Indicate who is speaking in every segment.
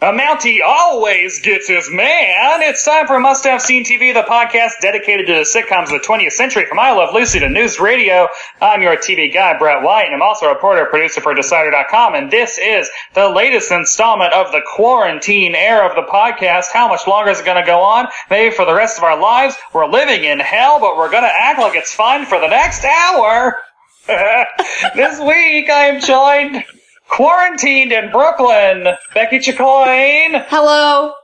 Speaker 1: A Mountie always gets his man. It's time for Must Have Seen TV, the podcast dedicated to the sitcoms of the 20th century. From I Love Lucy to News Radio, I'm your TV guy, Brett White, and I'm also a reporter, producer for Decider.com. And this is the latest installment of the quarantine era of the podcast. How much longer is it going to go on? Maybe for the rest of our lives. We're living in hell, but we're going to act like it's fun for the next hour. this week, I am joined quarantined in Brooklyn, Becky Chicoine
Speaker 2: Hello.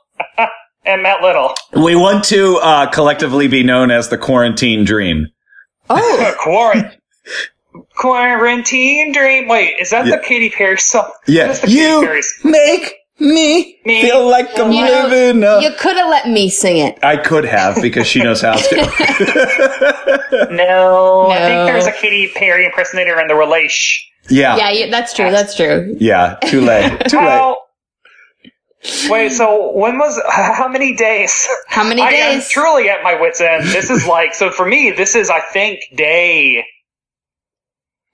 Speaker 1: and Matt Little.
Speaker 3: We want to uh, collectively be known as the quarantine dream.
Speaker 2: Oh,
Speaker 1: Quarant- quarantine dream. Wait, is that
Speaker 3: Yeah.
Speaker 1: the Katy Perry song?
Speaker 3: Yeah.
Speaker 1: That's the
Speaker 3: You-
Speaker 1: Katy Perry song.
Speaker 3: Make me,
Speaker 1: Me.
Speaker 3: feel like I'm
Speaker 2: you,
Speaker 3: living. a-
Speaker 2: you could have let me sing it.
Speaker 3: I could have because she knows how to.
Speaker 1: No, I think
Speaker 2: No.
Speaker 1: there's a Katy Perry impersonator in the relation.
Speaker 3: yeah,
Speaker 2: Yeah,
Speaker 3: yeah,
Speaker 2: you, that's true. That's true.
Speaker 3: Too late. Too late.
Speaker 1: How? Wait, so when was how many days?
Speaker 2: How many
Speaker 1: I am
Speaker 2: days?
Speaker 1: truly at my wits end. This is like so for me. This is I think day.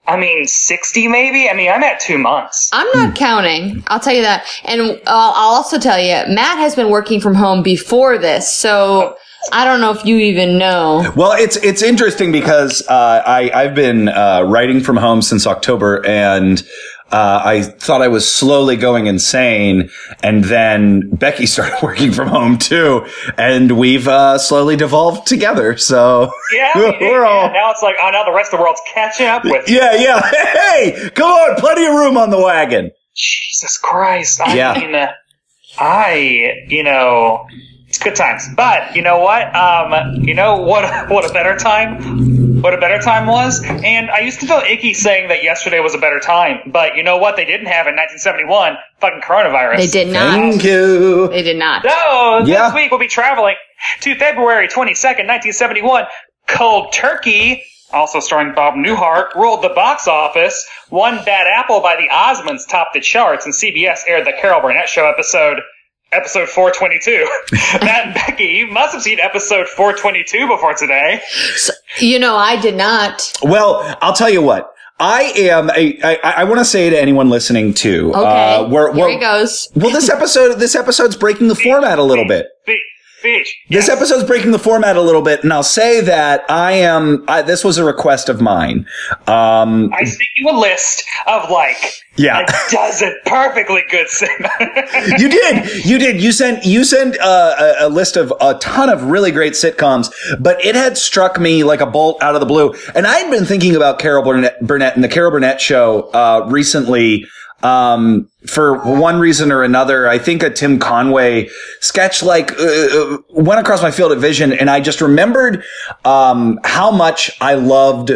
Speaker 1: I mean, sixty maybe. I mean, I'm at two months.
Speaker 2: I'm not counting. I'll tell you that. And I'll, I'll also tell you, Matt has been working from home before this, so I don't know if you even know.
Speaker 3: Well, it's it's interesting because uh, I I've been uh, writing from home since October, and uh, I thought I was slowly going insane, and then Becky started working from home too, and we've uh, slowly devolved together. So
Speaker 1: Yeah, we did,
Speaker 3: we're all
Speaker 1: yeah. now it's like oh now the rest of the world's catching up with you.
Speaker 3: Yeah, yeah. Hey, come on, plenty of room on the wagon.
Speaker 1: Jesus Christ. I
Speaker 3: Yeah.
Speaker 1: mean, uh, I you know it's good times, but you know what? Um, you know what? What a better time. What a better time was, and I used to feel icky saying that yesterday was a better time, but you know what? They didn't have in 1971 fucking coronavirus.
Speaker 2: They did not.
Speaker 3: Thank you.
Speaker 2: They did not.
Speaker 1: So this
Speaker 3: Yeah.
Speaker 1: week we'll be traveling to February 22nd, 1971. Cold Turkey, also starring Bob Newhart, ruled the box office. One Bad Apple by the Osmonds topped the charts, and CBS aired the Carol Burnett Show episode. Episode 422. Matt and Becky, you must have seen episode 422 before today.
Speaker 2: You know, I did not.
Speaker 3: Well, I'll tell you what. I am. A, I, I, I want to say to anyone listening too.
Speaker 2: Okay.
Speaker 3: Uh, we're,
Speaker 2: Here
Speaker 3: we're,
Speaker 2: he goes.
Speaker 3: Well, this episode. This episode's breaking the format a little bit.
Speaker 1: Be- Beach.
Speaker 3: This episode's breaking the format a little bit, and I'll say that I am. I, this was a request of mine. Um,
Speaker 1: I sent you a list of like
Speaker 3: yeah.
Speaker 1: a dozen perfectly good sitcoms.
Speaker 3: you did. You did. You sent you sent uh, a, a list of a ton of really great sitcoms, but it had struck me like a bolt out of the blue. And I had been thinking about Carol Burnett, Burnett and the Carol Burnett show uh, recently. Um, for one reason or another, I think a Tim Conway sketch like uh, uh, went across my field of vision, and I just remembered um, how much I loved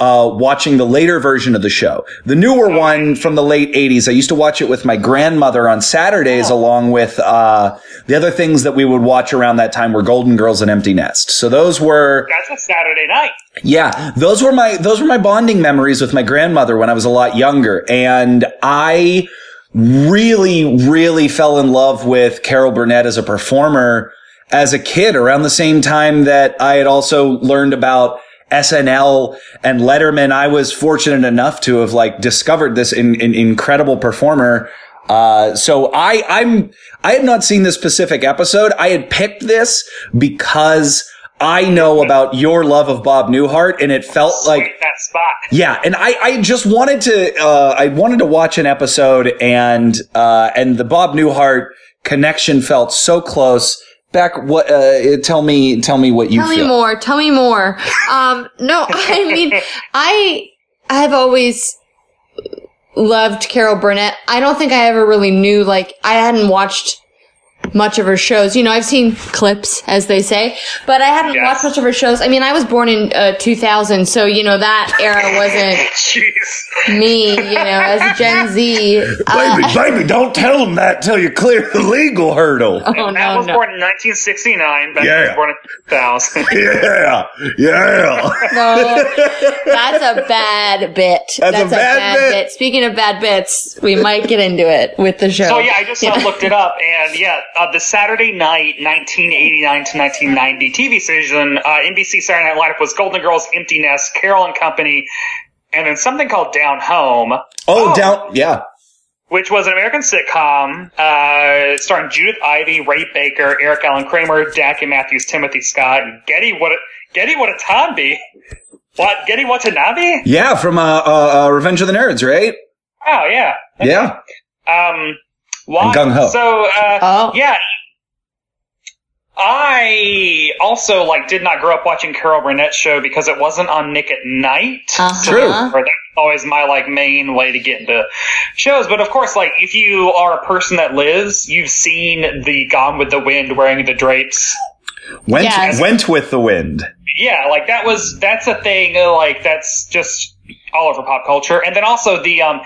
Speaker 3: uh, watching the later version of the show. The newer one from the late 80s. I used to watch it with my grandmother on Saturdays, along with uh, the other things that we would watch around that time were Golden Girls and Empty Nest. So those were,
Speaker 1: That's a Saturday night.
Speaker 3: yeah, those were my those were my bonding memories with my grandmother when I was a lot younger, and I really, really fell in love with Carol Burnett as a performer as a kid around the same time that I had also learned about SNL and Letterman. I was fortunate enough to have like discovered this in, in, incredible performer. Uh, so I, I'm, I had not seen this specific episode. I had picked this because I know about your love of Bob Newhart and it felt like
Speaker 1: Sweet, that spot.
Speaker 3: yeah, and I, I just wanted to uh, I wanted to watch an episode and uh, and the Bob Newhart connection felt so close. Beck, what? Uh, tell me, tell me what you
Speaker 2: Tell
Speaker 3: feel.
Speaker 2: me more. Tell me more. Um, no, I mean, I have always loved Carol Burnett. I don't think I ever really knew, like, I hadn't watched much of her shows. You know, I've seen clips, as they say, but I hadn't
Speaker 1: Yes.
Speaker 2: watched much of her shows. I mean, I was born in uh, 2000, so, you know, that era wasn't
Speaker 1: Jeez.
Speaker 2: me, you know, as a Gen Z. Uh,
Speaker 3: Baby, baby, don't tell them that till you clear the legal hurdle.
Speaker 2: Oh,
Speaker 1: Matt
Speaker 2: no,
Speaker 1: was
Speaker 2: no.
Speaker 1: born in 1969. Becky
Speaker 3: Yeah.
Speaker 1: was born in 2000.
Speaker 3: Yeah, yeah.
Speaker 2: No, that's a bad bit.
Speaker 3: That's a bad bit.
Speaker 2: Speaking of bad bits, we might get into it with the show.
Speaker 1: So yeah, I just uh, looked it up, and yeah, uh, the Saturday night 1989 to 1990 TV season, uh, NBC Saturday night lineup was Golden Girls, Empty Nest, Carol and Company, and then something called Down Home,
Speaker 3: Oh, down. Yeah.
Speaker 1: which was an American sitcom uh, starring Judith Ivey, Ray Baker, Eric Allen Kramer, Jackie Matthews, Timothy Scott, and Getty what Getty Watanabe. What Getty Watanabe?
Speaker 3: Yeah, from uh, uh, uh, Revenge of the Nerds, right?
Speaker 1: Oh yeah.
Speaker 3: Yeah.
Speaker 1: Um, why?
Speaker 3: And gung ho.
Speaker 1: So, uh,
Speaker 2: Oh.
Speaker 1: yeah. I also like did not grow up watching Carol Burnett's show because it wasn't on Nick at Night.
Speaker 2: Uh-huh.
Speaker 3: True.
Speaker 1: Or that's always my like main way to get into shows. But of course, like if you are a person that lives, you've seen the Gone with the Wind wearing the drapes.
Speaker 3: Went
Speaker 2: Yes.
Speaker 3: went with the wind.
Speaker 1: Yeah, like that was that's a thing. uh, Like that's just all over pop culture. And then also the um,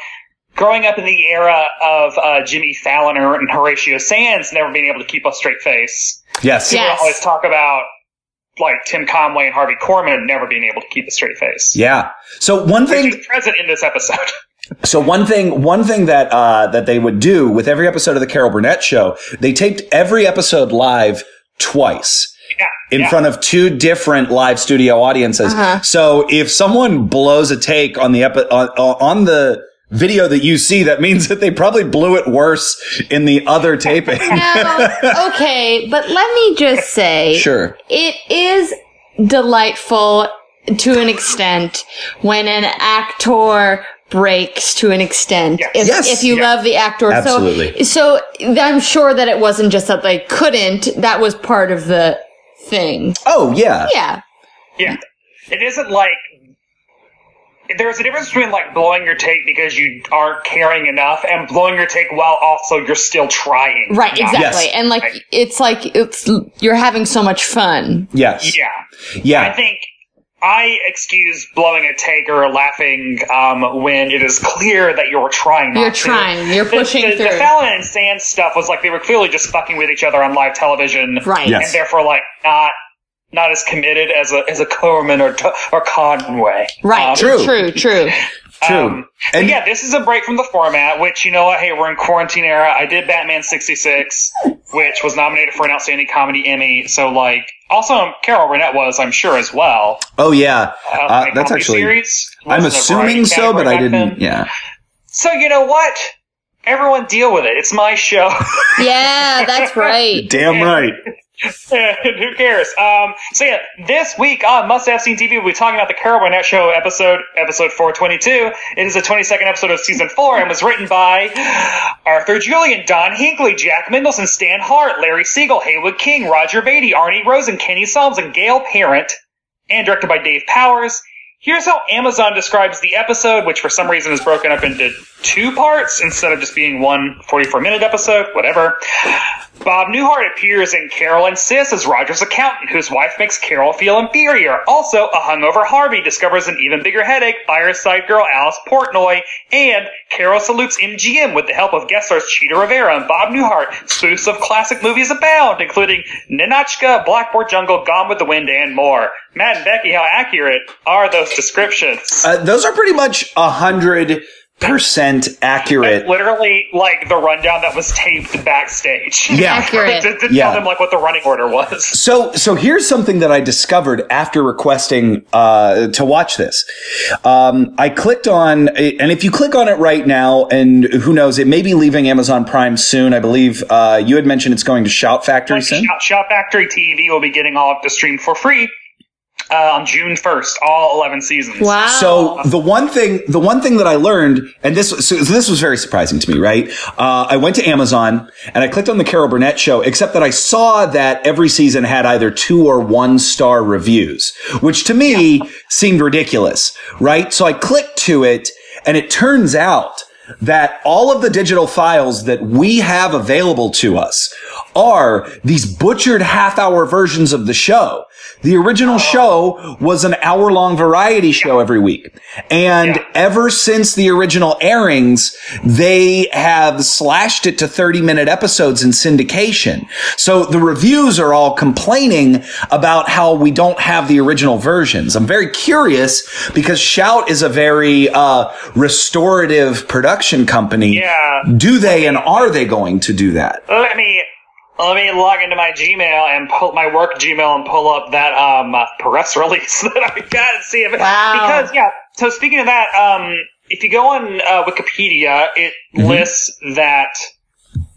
Speaker 1: growing up in the era of uh, Jimmy Fallon and Horatio Sands never being able to keep a straight face.
Speaker 3: Yes.
Speaker 2: Yeah.
Speaker 1: People always talk about like Tim Conway and Harvey Korman never being able to keep a straight face.
Speaker 3: Yeah. So one
Speaker 1: Which
Speaker 3: thing
Speaker 1: is present in this episode.
Speaker 3: So one thing, one thing that uh, that they would do with every episode of the Carol Burnett Show, they taped every episode live twice
Speaker 1: yeah,
Speaker 3: in
Speaker 1: yeah.
Speaker 3: front of two different live studio audiences. So if someone blows a take on the epi- on, on the video that you see, that means that they probably blew it worse in the other taping.
Speaker 2: Now, okay, but let me just say,
Speaker 3: sure.
Speaker 2: it is delightful to an extent when an actor breaks to an extent if,
Speaker 3: Yes.
Speaker 2: if you love the actor
Speaker 3: Absolutely.
Speaker 2: so so i'm sure that it wasn't just that they couldn't that was part of the thing
Speaker 3: Oh yeah.
Speaker 2: yeah
Speaker 1: Yeah. It isn't like there's a difference between like blowing your take because you aren't caring enough and blowing your take while also you're still trying.
Speaker 2: right
Speaker 1: Yeah.
Speaker 2: exactly and like
Speaker 1: Right.
Speaker 2: it's like it's you're having so much fun
Speaker 3: Yes.
Speaker 1: Yeah.
Speaker 3: Yeah.
Speaker 1: I think I excuse blowing a take or laughing um, when it is clear that you're trying not
Speaker 2: You're
Speaker 1: to.
Speaker 2: trying. You're
Speaker 1: The-
Speaker 2: pushing
Speaker 1: the, The
Speaker 2: through.
Speaker 1: Fallon and Sands stuff was like they were clearly just fucking with each other on live television.
Speaker 2: right
Speaker 3: Yes.
Speaker 1: And therefore, like, not. Not as committed as a as a Corman or or Conway,
Speaker 2: right
Speaker 1: Um,
Speaker 3: True.
Speaker 2: true true
Speaker 3: True.
Speaker 1: Um, but
Speaker 3: and
Speaker 1: yeah, this is a break from the format, which, you know what, hey, we're in quarantine era. I did Batman 66, which was nominated for an Outstanding Comedy Emmy. So, like, also, Carol Burnett was, I'm sure, as well.
Speaker 3: oh yeah.
Speaker 1: Uh,
Speaker 3: Uh,
Speaker 1: in
Speaker 3: that's
Speaker 1: comedy
Speaker 3: actually.
Speaker 1: series.
Speaker 3: I'm
Speaker 1: Wasn't a
Speaker 3: assuming
Speaker 1: variety
Speaker 3: so,
Speaker 1: category
Speaker 3: but I
Speaker 1: back
Speaker 3: didn't.
Speaker 1: then.
Speaker 3: Yeah.
Speaker 1: So, you know what? Everyone deal with it. It's my show.
Speaker 2: yeah that's right
Speaker 3: Damn right.
Speaker 1: And Who cares? Um, so yeah, this week on Must Have Seen TV, we'll be talking about the Carol Burnett Show episode, episode 422. It is the 22nd episode of season four and was written by Arthur Julian, Don Hinckley, Jack Mendelson, Stan Hart, Larry Siegel, Haywood King, Roger Beatty, Arnie Rosen, Kenny Solms, and Gail Parent, and directed by Dave Powers. Here's how Amazon describes the episode, which for some reason is broken up into two parts instead of just being one 44 minute episode, whatever. Bob Newhart appears in Carol and Sis as Roger's accountant, whose wife makes Carol feel inferior. Also, a hungover Harvey discovers an even bigger headache by her side girl Alice Portnoy, and Carol salutes MGM with the help of guest stars Cheetah Rivera and Bob Newhart. Spoofs of classic movies abound, including Ninotchka, Blackboard Jungle, Gone with the Wind, and more. Matt and Becky, how accurate are those descriptions?
Speaker 3: Uh, those are pretty much a hundred percent accurate.
Speaker 1: Literally, like the rundown that was taped backstage.
Speaker 3: Yeah.
Speaker 2: Accurate.
Speaker 1: Did, did
Speaker 3: Yeah.
Speaker 1: tell them like what the running order was.
Speaker 3: So, so here's something that I discovered after requesting uh, to watch this. Um, I clicked on, and if you click on it right now, and who knows, it may be leaving Amazon Prime soon. I believe uh, you had mentioned it's going to Shout Factory soon.
Speaker 1: Shop, Shop Factory TV will be getting all up to stream for free uh, on June 1st, all 11 seasons.
Speaker 2: wow
Speaker 3: So the one thing, the one thing that I learned, and this, so this was very surprising to me, right? Uh, I went to Amazon and I clicked on the Carol Burnett show, except that I saw that every season had either two or one star reviews, which to me seemed ridiculous, right? So I clicked to it and it turns out that all of the digital files that we have available to us are these butchered half hour versions of the show. The
Speaker 1: Oh.
Speaker 3: original show was an hour long variety show every week. And
Speaker 1: Yeah.
Speaker 3: ever since the original airings, they have slashed it to 30 minute episodes in syndication. So the reviews are all complaining about how we don't have the original versions. I'm very curious because Shout is a very uh, restorative production company.
Speaker 1: Yeah.
Speaker 3: Do they and are they going to do that?
Speaker 1: let me let me log into my Gmail and pull my work Gmail and pull up that um press release that I got and see if
Speaker 2: Wow.
Speaker 1: because yeah. So speaking of that, um, if you go on uh, Wikipedia, it lists that.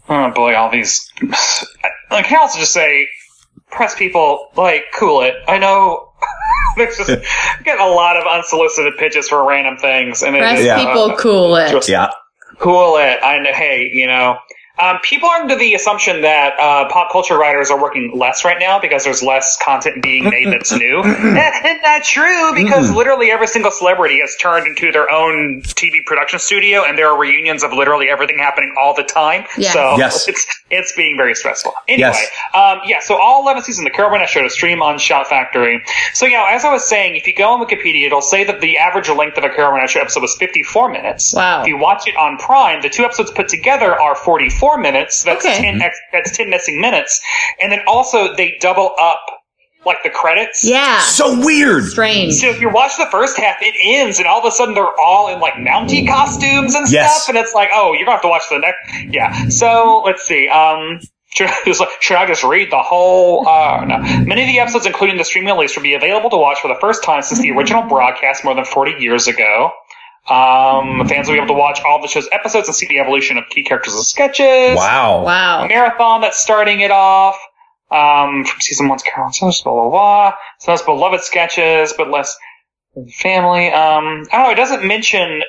Speaker 1: Oh boy, all these. I can also just say, press people like cool it. I know. There's just get a lot of unsolicited pitches for random things, and it
Speaker 2: Press
Speaker 1: is, uh,
Speaker 2: people cool it.
Speaker 3: Yeah.
Speaker 1: cool it. I know, hey, you know. Um, people are under the assumption that uh, pop culture writers are working less right now because there's less content being made that's new. That's not true because
Speaker 3: Mm.
Speaker 1: literally every single celebrity has turned into their own TV production studio, and there are reunions of literally everything happening all the time.
Speaker 2: Yes.
Speaker 1: So
Speaker 3: Yes.
Speaker 1: it's it's being very stressful. Anyway,
Speaker 3: Yes.
Speaker 1: um, yeah. So all eleven seasons of the Carabiner showed a stream on Shout Factory. So yeah, as I was saying, if you go on Wikipedia, it'll say that the average length of a Carabiner show episode was fifty four minutes.
Speaker 2: Wow.
Speaker 1: If you watch it on Prime, the two episodes put together are 44 minutes. That's
Speaker 2: Okay.
Speaker 1: 10 ex- that's 10 missing minutes. And then also they double up like the credits.
Speaker 2: Yeah.
Speaker 3: So weird.
Speaker 2: Strange.
Speaker 1: So if you watch the first half, it ends, and all of a sudden they're all in like Mountie costumes and
Speaker 3: Yes.
Speaker 1: stuff, and it's like, oh, you're gonna have to watch the next. Yeah. So let's see. Um, should I just, should I just read the whole? Uh, no. Many of the episodes, including the stream release, will be available to watch for the first time since the
Speaker 3: Mm-hmm.
Speaker 1: original broadcast more than 40 years ago. Um, fans will be able to watch all the show's episodes and see the evolution of key characters and sketches
Speaker 3: Wow.
Speaker 2: Wow.
Speaker 1: marathon that's starting it off. Um, from season one's Carol Summers, blah blah blah. Some of his beloved sketches, but less family. Um, I don't know. It doesn't mention.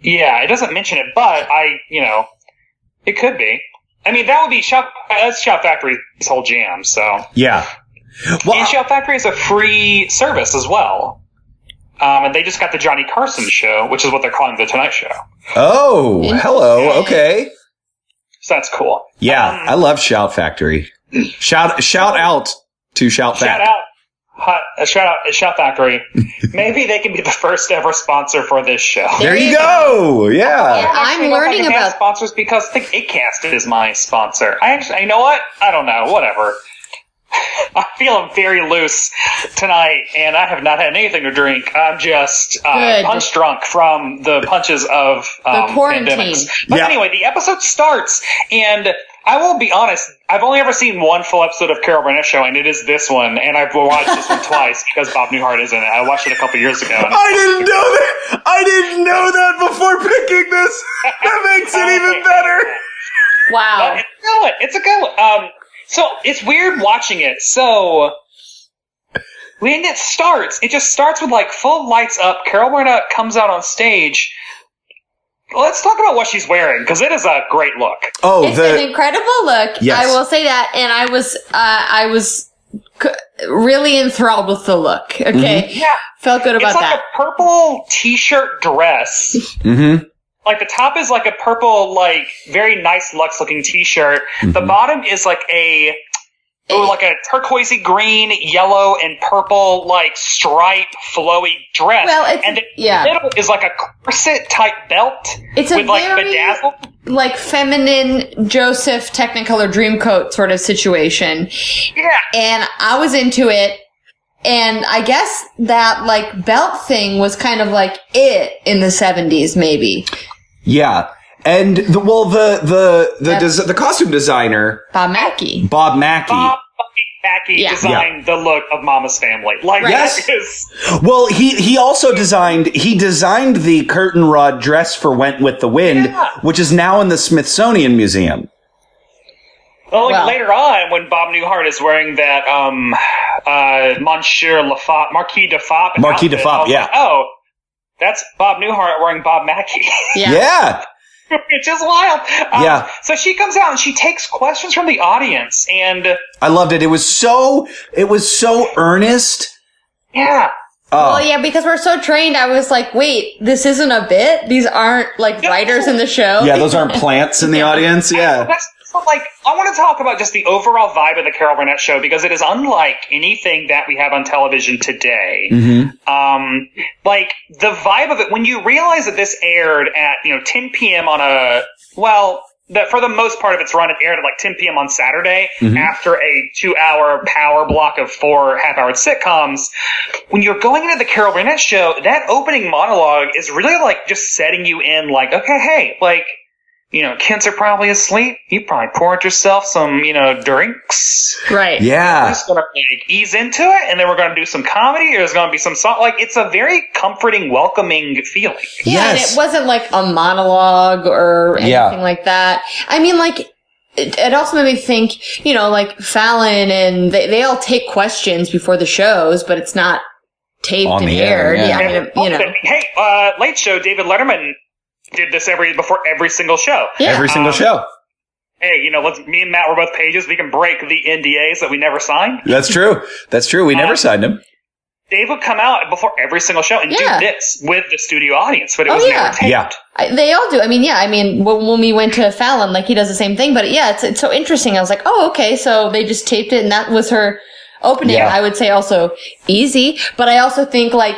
Speaker 1: Yeah, it doesn't mention it, but I, you know, it could be. I mean, that would be shop. That's Shop Factory's whole jam. So,
Speaker 3: Yeah. Well,
Speaker 1: and Shop Factory is a free service as well. Um, and they just got the Johnny Carson show, which is what they're calling the Tonight Show.
Speaker 3: oh, hello. Okay.
Speaker 1: So that's cool.
Speaker 3: Yeah,
Speaker 1: Um,
Speaker 3: I love Shout Factory. Shout shout out to Shout
Speaker 1: Shout
Speaker 3: Factory.
Speaker 1: out, hot, uh, shout out, uh, Shout Factory. Maybe they can be the first ever sponsor for this show.
Speaker 3: There you go. Yeah.
Speaker 2: I'm
Speaker 1: Actually, I don't
Speaker 2: learning
Speaker 1: think I have
Speaker 2: about-
Speaker 1: sponsors because I think Acast is my sponsor. I actually, you know what? I don't know. Whatever. I'm feeling very loose tonight, and I have not had anything to drink. I'm just uh,
Speaker 2: Good.
Speaker 1: punch drunk from the punches of um,
Speaker 2: quarantine.
Speaker 1: pandemics. But
Speaker 3: Yeah.
Speaker 1: anyway, the episode starts, and I will be honest. I've only ever seen one full episode of Carol Burnett Show, and it is this one. And I've watched this one twice because Bob Newhart is in it. I watched it a couple years ago. and-
Speaker 3: I didn't know that. I didn't know that before picking this. That makes it even better.
Speaker 2: Wow.
Speaker 1: But Oh, it's a good one. It's a good one. Um, so it's weird watching it. So when it starts, it just starts with like full lights up. Carol Burnett comes out on stage. Let's talk about what she's wearing because it is a great look.
Speaker 3: Oh,
Speaker 2: It's an
Speaker 3: the
Speaker 2: incredible look.
Speaker 3: Yes.
Speaker 2: I will say that. And I was, uh, I was c- really enthralled with the look. Okay.
Speaker 1: Mm-hmm. Yeah,
Speaker 2: Felt good about
Speaker 1: it's like
Speaker 2: that.
Speaker 1: a purple t-shirt dress.
Speaker 3: Mhm.
Speaker 1: Like the top is like a purple, like very nice Lux looking t-shirt. The bottom is like a
Speaker 2: Eh.
Speaker 1: oh, like a turquoisey green, yellow, and purple like stripe flowy dress.
Speaker 2: Well, it's-
Speaker 1: and the
Speaker 2: yeah.
Speaker 1: middle is like a corset type belt
Speaker 2: It's a
Speaker 1: with like
Speaker 2: very-
Speaker 1: bedazzled.
Speaker 2: like feminine Joseph Technicolor Dreamcoat sort of situation.
Speaker 1: Yeah,
Speaker 2: And I was into it. And I guess that like belt thing was kind of like it in the 70s, maybe.
Speaker 3: yeah, and the well the the the
Speaker 2: That's-
Speaker 3: des- the costume designer
Speaker 2: Bob Mackey.
Speaker 3: Bob Mackey.
Speaker 1: Bob fucking Mackey
Speaker 2: Yeah.
Speaker 1: designed the look of Mama's Family. Like
Speaker 2: Right.
Speaker 1: that
Speaker 3: Yes.
Speaker 1: is-
Speaker 3: Well, he he also designed he designed the curtain rod dress for Went with the Wind,
Speaker 1: Yeah.
Speaker 3: which is now in the Smithsonian Museum.
Speaker 1: Well, like,
Speaker 2: Well-
Speaker 1: later on, when Bob Newhart is wearing that um, uh, Monsieur Lafop, Marquis de Fop,
Speaker 3: Marquis de
Speaker 1: outfit,
Speaker 3: Fop,
Speaker 1: I was
Speaker 3: yeah.
Speaker 1: like, oh, that's Bob Newhart wearing Bob Mackey.
Speaker 2: Yeah.
Speaker 3: yeah.
Speaker 1: Which is wild. Um,
Speaker 3: Yeah.
Speaker 1: So she comes out and she takes questions from the audience, and
Speaker 3: I loved it. It was so it was so earnest. Oh,
Speaker 1: yeah,
Speaker 2: well, yeah, because we're so trained. I was like, wait, this isn't a bit. These aren't like writers in the show.
Speaker 3: Yeah, those aren't plants in the audience. Yeah.
Speaker 1: That's but like I want to talk about just the overall vibe of the Carol Burnett show because it is unlike anything that we have on television today. Um, like the vibe of it when you realize that this aired at you know 10 p.m. on a well. That for the most part of its run, it aired at like 10 p.m. on Saturday after a two-hour power block of four half-hour sitcoms. When you're going into the Carol Burnett show, that opening monologue is really like just setting you in, like, okay, hey, like you know, kids are probably asleep. You probably poured yourself some, you know, drinks.
Speaker 2: Right.
Speaker 1: We're
Speaker 3: Yeah.
Speaker 1: just gonna like, ease into it, and then we're gonna do some comedy. Or there's gonna be some song. Like it's a very comforting, welcoming feeling.
Speaker 2: Yeah,
Speaker 3: Yes.
Speaker 2: and it wasn't like a monologue or anything
Speaker 3: Yeah.
Speaker 2: like that. I mean, like, it, it also made me think, you know, like Fallon and they, they all take questions before the shows, but it's not taped
Speaker 3: On
Speaker 2: and
Speaker 3: the air,
Speaker 2: aired.
Speaker 3: yeah.
Speaker 2: Yeah, I mean, you know.
Speaker 1: Hey, uh, Late Show. David Letterman did this every before every single show. Um,
Speaker 2: Yeah. Um,
Speaker 3: Every single show.
Speaker 1: Hey, you know, let's. Me and Matt were both pages. We can break the NDAs that we never signed.
Speaker 3: That's true. That's true. We never signed him.
Speaker 1: Dave would come out before every single show and
Speaker 2: Yeah.
Speaker 1: do this with the studio audience, but it
Speaker 2: Oh,
Speaker 1: was
Speaker 2: yeah.
Speaker 1: never taped.
Speaker 3: Yeah.
Speaker 2: I, they all do. I mean, yeah. I mean, when, when we went to Fallon, like he does the same thing. But yeah, it's it's so interesting. I was like, oh, okay. So they just taped it, and that was her opening.
Speaker 3: Yeah.
Speaker 2: I would say also easy, but I also think like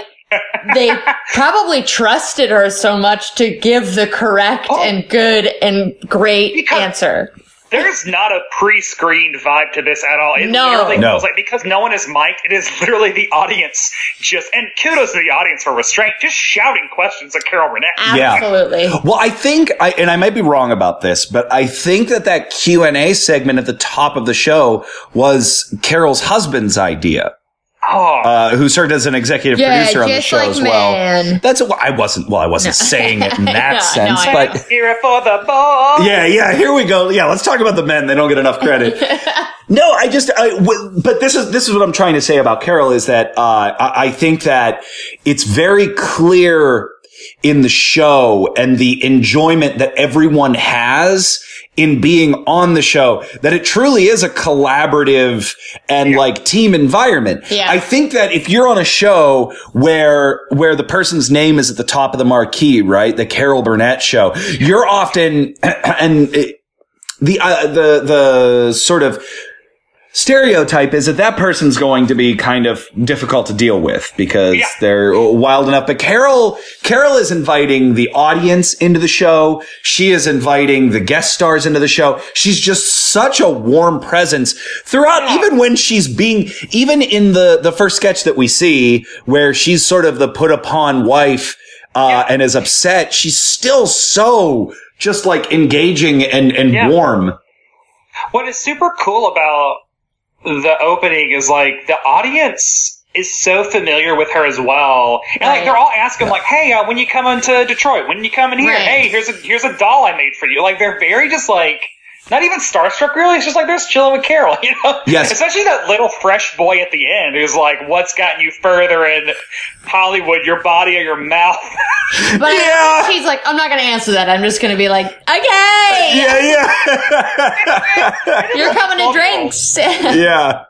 Speaker 2: they probably trusted her so much to give the correct and good and great
Speaker 1: Because-
Speaker 2: answer.
Speaker 1: There's not a pre-screened vibe to this at all. It
Speaker 2: No.
Speaker 1: literally
Speaker 3: No.
Speaker 1: feels like because no one is mic'd, it is literally the audience just and kudos to the audience for restraint, just shouting questions at Carol Burnett.
Speaker 3: Yeah.
Speaker 2: Absolutely.
Speaker 3: Well, I think, I, and I might be wrong about this, but I think that that Q and A segment at the top of the show was Carol's husband's idea,
Speaker 1: Oh,
Speaker 3: uh, who served as an executive
Speaker 2: Yeah,
Speaker 3: producer on the
Speaker 2: just
Speaker 3: show
Speaker 2: like
Speaker 3: as well.
Speaker 2: man.
Speaker 3: That's well, I wasn't. Well, I wasn't saying it in that
Speaker 2: No,
Speaker 3: sense,
Speaker 2: no, I
Speaker 3: but
Speaker 2: know.
Speaker 1: here for the ball.
Speaker 3: yeah, yeah. Here we go. Yeah, let's talk about the men. They don't get enough credit. no, I just. I, w- but this is this is what I'm trying to say about Carol is that uh, I, I think that it's very clear in the show and the enjoyment that everyone has in being on the show that it truly is a collaborative and like team environment.
Speaker 2: Yeah.
Speaker 3: I think that if you're on a show where where the person's name is at the top of the marquee, right, the Carol Burnett show, you're often and it, the uh, the the sort of stereotype is that that person's going to be kind of difficult to deal with because
Speaker 1: Yeah.
Speaker 3: they're uh, wild enough but carol carol is inviting the audience into the show she is inviting the guest stars into the show she's just such a warm presence throughout even when she's being even in the the first sketch that we see where she's sort of the put upon wife uh, and is upset she's still so just like engaging and and
Speaker 1: Yeah.
Speaker 3: warm
Speaker 1: What is super cool about the opening is like the audience is so familiar with her as well, and like
Speaker 2: Right.
Speaker 1: they're all asking like, "Hey, uh, when you coming to Detroit? When you coming here?
Speaker 2: Right.
Speaker 1: Hey, here's a here's a doll I made for you." Like they're very just like. Not even starstruck, really. It's just like they're just chilling with Carol, you know.
Speaker 3: Yes.
Speaker 1: Especially that little fresh boy at the end who's like, "What's gotten you further in Hollywood? Your body or your mouth?"
Speaker 2: But
Speaker 3: Yeah.
Speaker 2: he's like, I'm not going to answer that. I'm just going to be like, okay,
Speaker 3: yeah yeah
Speaker 2: you're coming to drinks. yeah,
Speaker 3: yeah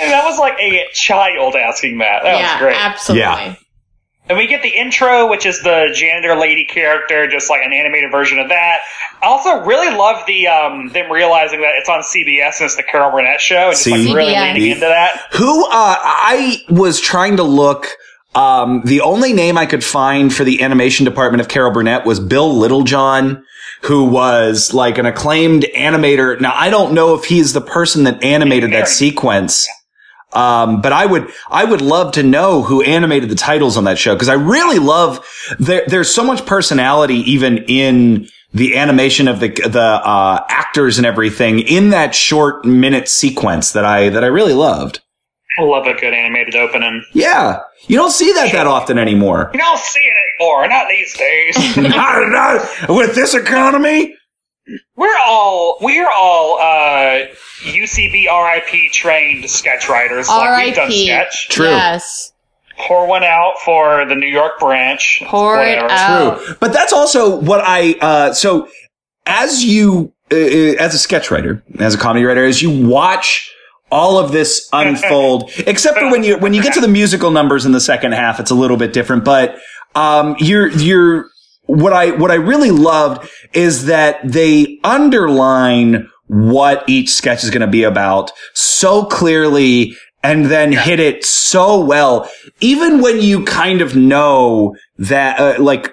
Speaker 1: And that was like a child asking that. That was great.
Speaker 2: absolutely.
Speaker 3: Yeah.
Speaker 1: And we get the intro, which is the janitor lady character, just like an animated version of that. I also really love the um, them realizing that it's on CBS and it's the Carol Burnett show, and just like really
Speaker 2: CBS.
Speaker 1: leaning into that.
Speaker 3: Who uh, I was trying to look. Um, the only name I could find for the animation department of Carol Burnett was Bill Littlejohn, who was like an acclaimed animator. Now I don't know if he's the person that animated that sequence. Um, but I would, I would love to know who animated the titles on that show because I really love there, there's so much personality even in the animation of the, the, uh, actors and everything in that short minute sequence that I, that I really loved.
Speaker 1: I love a good animated opening.
Speaker 3: Yeah. You don't see that that often anymore.
Speaker 1: You don't see it anymore, not these days.
Speaker 3: not, not with this economy.
Speaker 1: we're all we're all uh, UCB RIP trained sketch writers. Like we've done
Speaker 2: R.I.P..
Speaker 1: sketch.
Speaker 3: True.
Speaker 2: Yes.
Speaker 1: Pour one out for the New York branch.
Speaker 2: Pour it
Speaker 1: Whatever.
Speaker 2: out.
Speaker 3: True. But that's also what I, uh, so as you, uh, uh, as a sketch writer, as a comedy writer, as you watch all of this unfold, except for when you when you get to the musical numbers in the second half, it's a little bit different. But um, you're you're what I what I really loved is that they underline what each sketch is going to be about so clearly and then hit it so well even when you kind of know that uh, like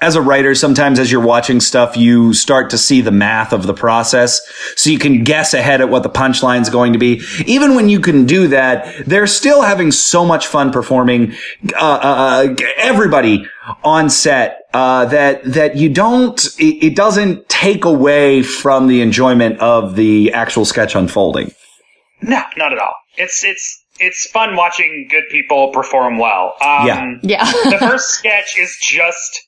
Speaker 3: as a writer, sometimes as you're watching stuff, you start to see the math of the process. So you can guess ahead at what the punchline's going to be. Even when you can do that, they're still having so much fun performing, uh, uh, uh, everybody on set, uh, that, that you don't, it, it doesn't take away from the enjoyment of the actual sketch unfolding.
Speaker 1: No, not at all. It's it's it's fun watching good people perform well. Um,
Speaker 3: Yeah.
Speaker 2: Yeah.
Speaker 1: the first sketch is just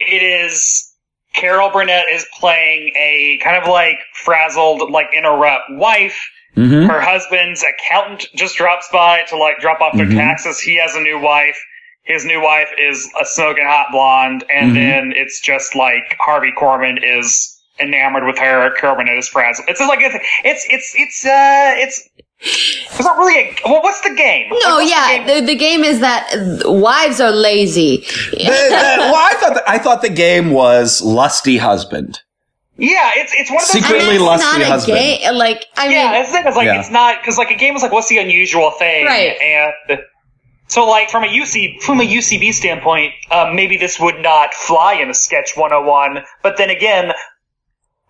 Speaker 1: it is Carol Burnett is playing a kind of like frazzled, like in a rut wife. Her husband's accountant just drops by to like drop off their taxes. He has a new wife. His new wife is a smoking hot blonde, and then it's just like Harvey Korman is enamored with her. Carol Burnett is frazzled. It's just like it's it's it's it's uh it's it's not really a well. What's the game?
Speaker 2: No, yeah. The, the game is that wives are lazy.
Speaker 3: Uh, uh, well, I thought, the, I thought the game was lusty husband.
Speaker 1: Yeah, it's it's one of those
Speaker 3: Secret-
Speaker 2: And
Speaker 3: Really
Speaker 2: that's
Speaker 3: lusty
Speaker 2: not
Speaker 3: husband.
Speaker 2: a game. Like, I
Speaker 1: Yeah,
Speaker 2: mean,
Speaker 1: that's the thing. Is like
Speaker 3: Yeah.
Speaker 1: it's not because like a game is like what's the unusual thing,
Speaker 2: Right.
Speaker 1: And so like from a UC from a UCB standpoint, um, maybe this would not fly in a sketch 101. But then again,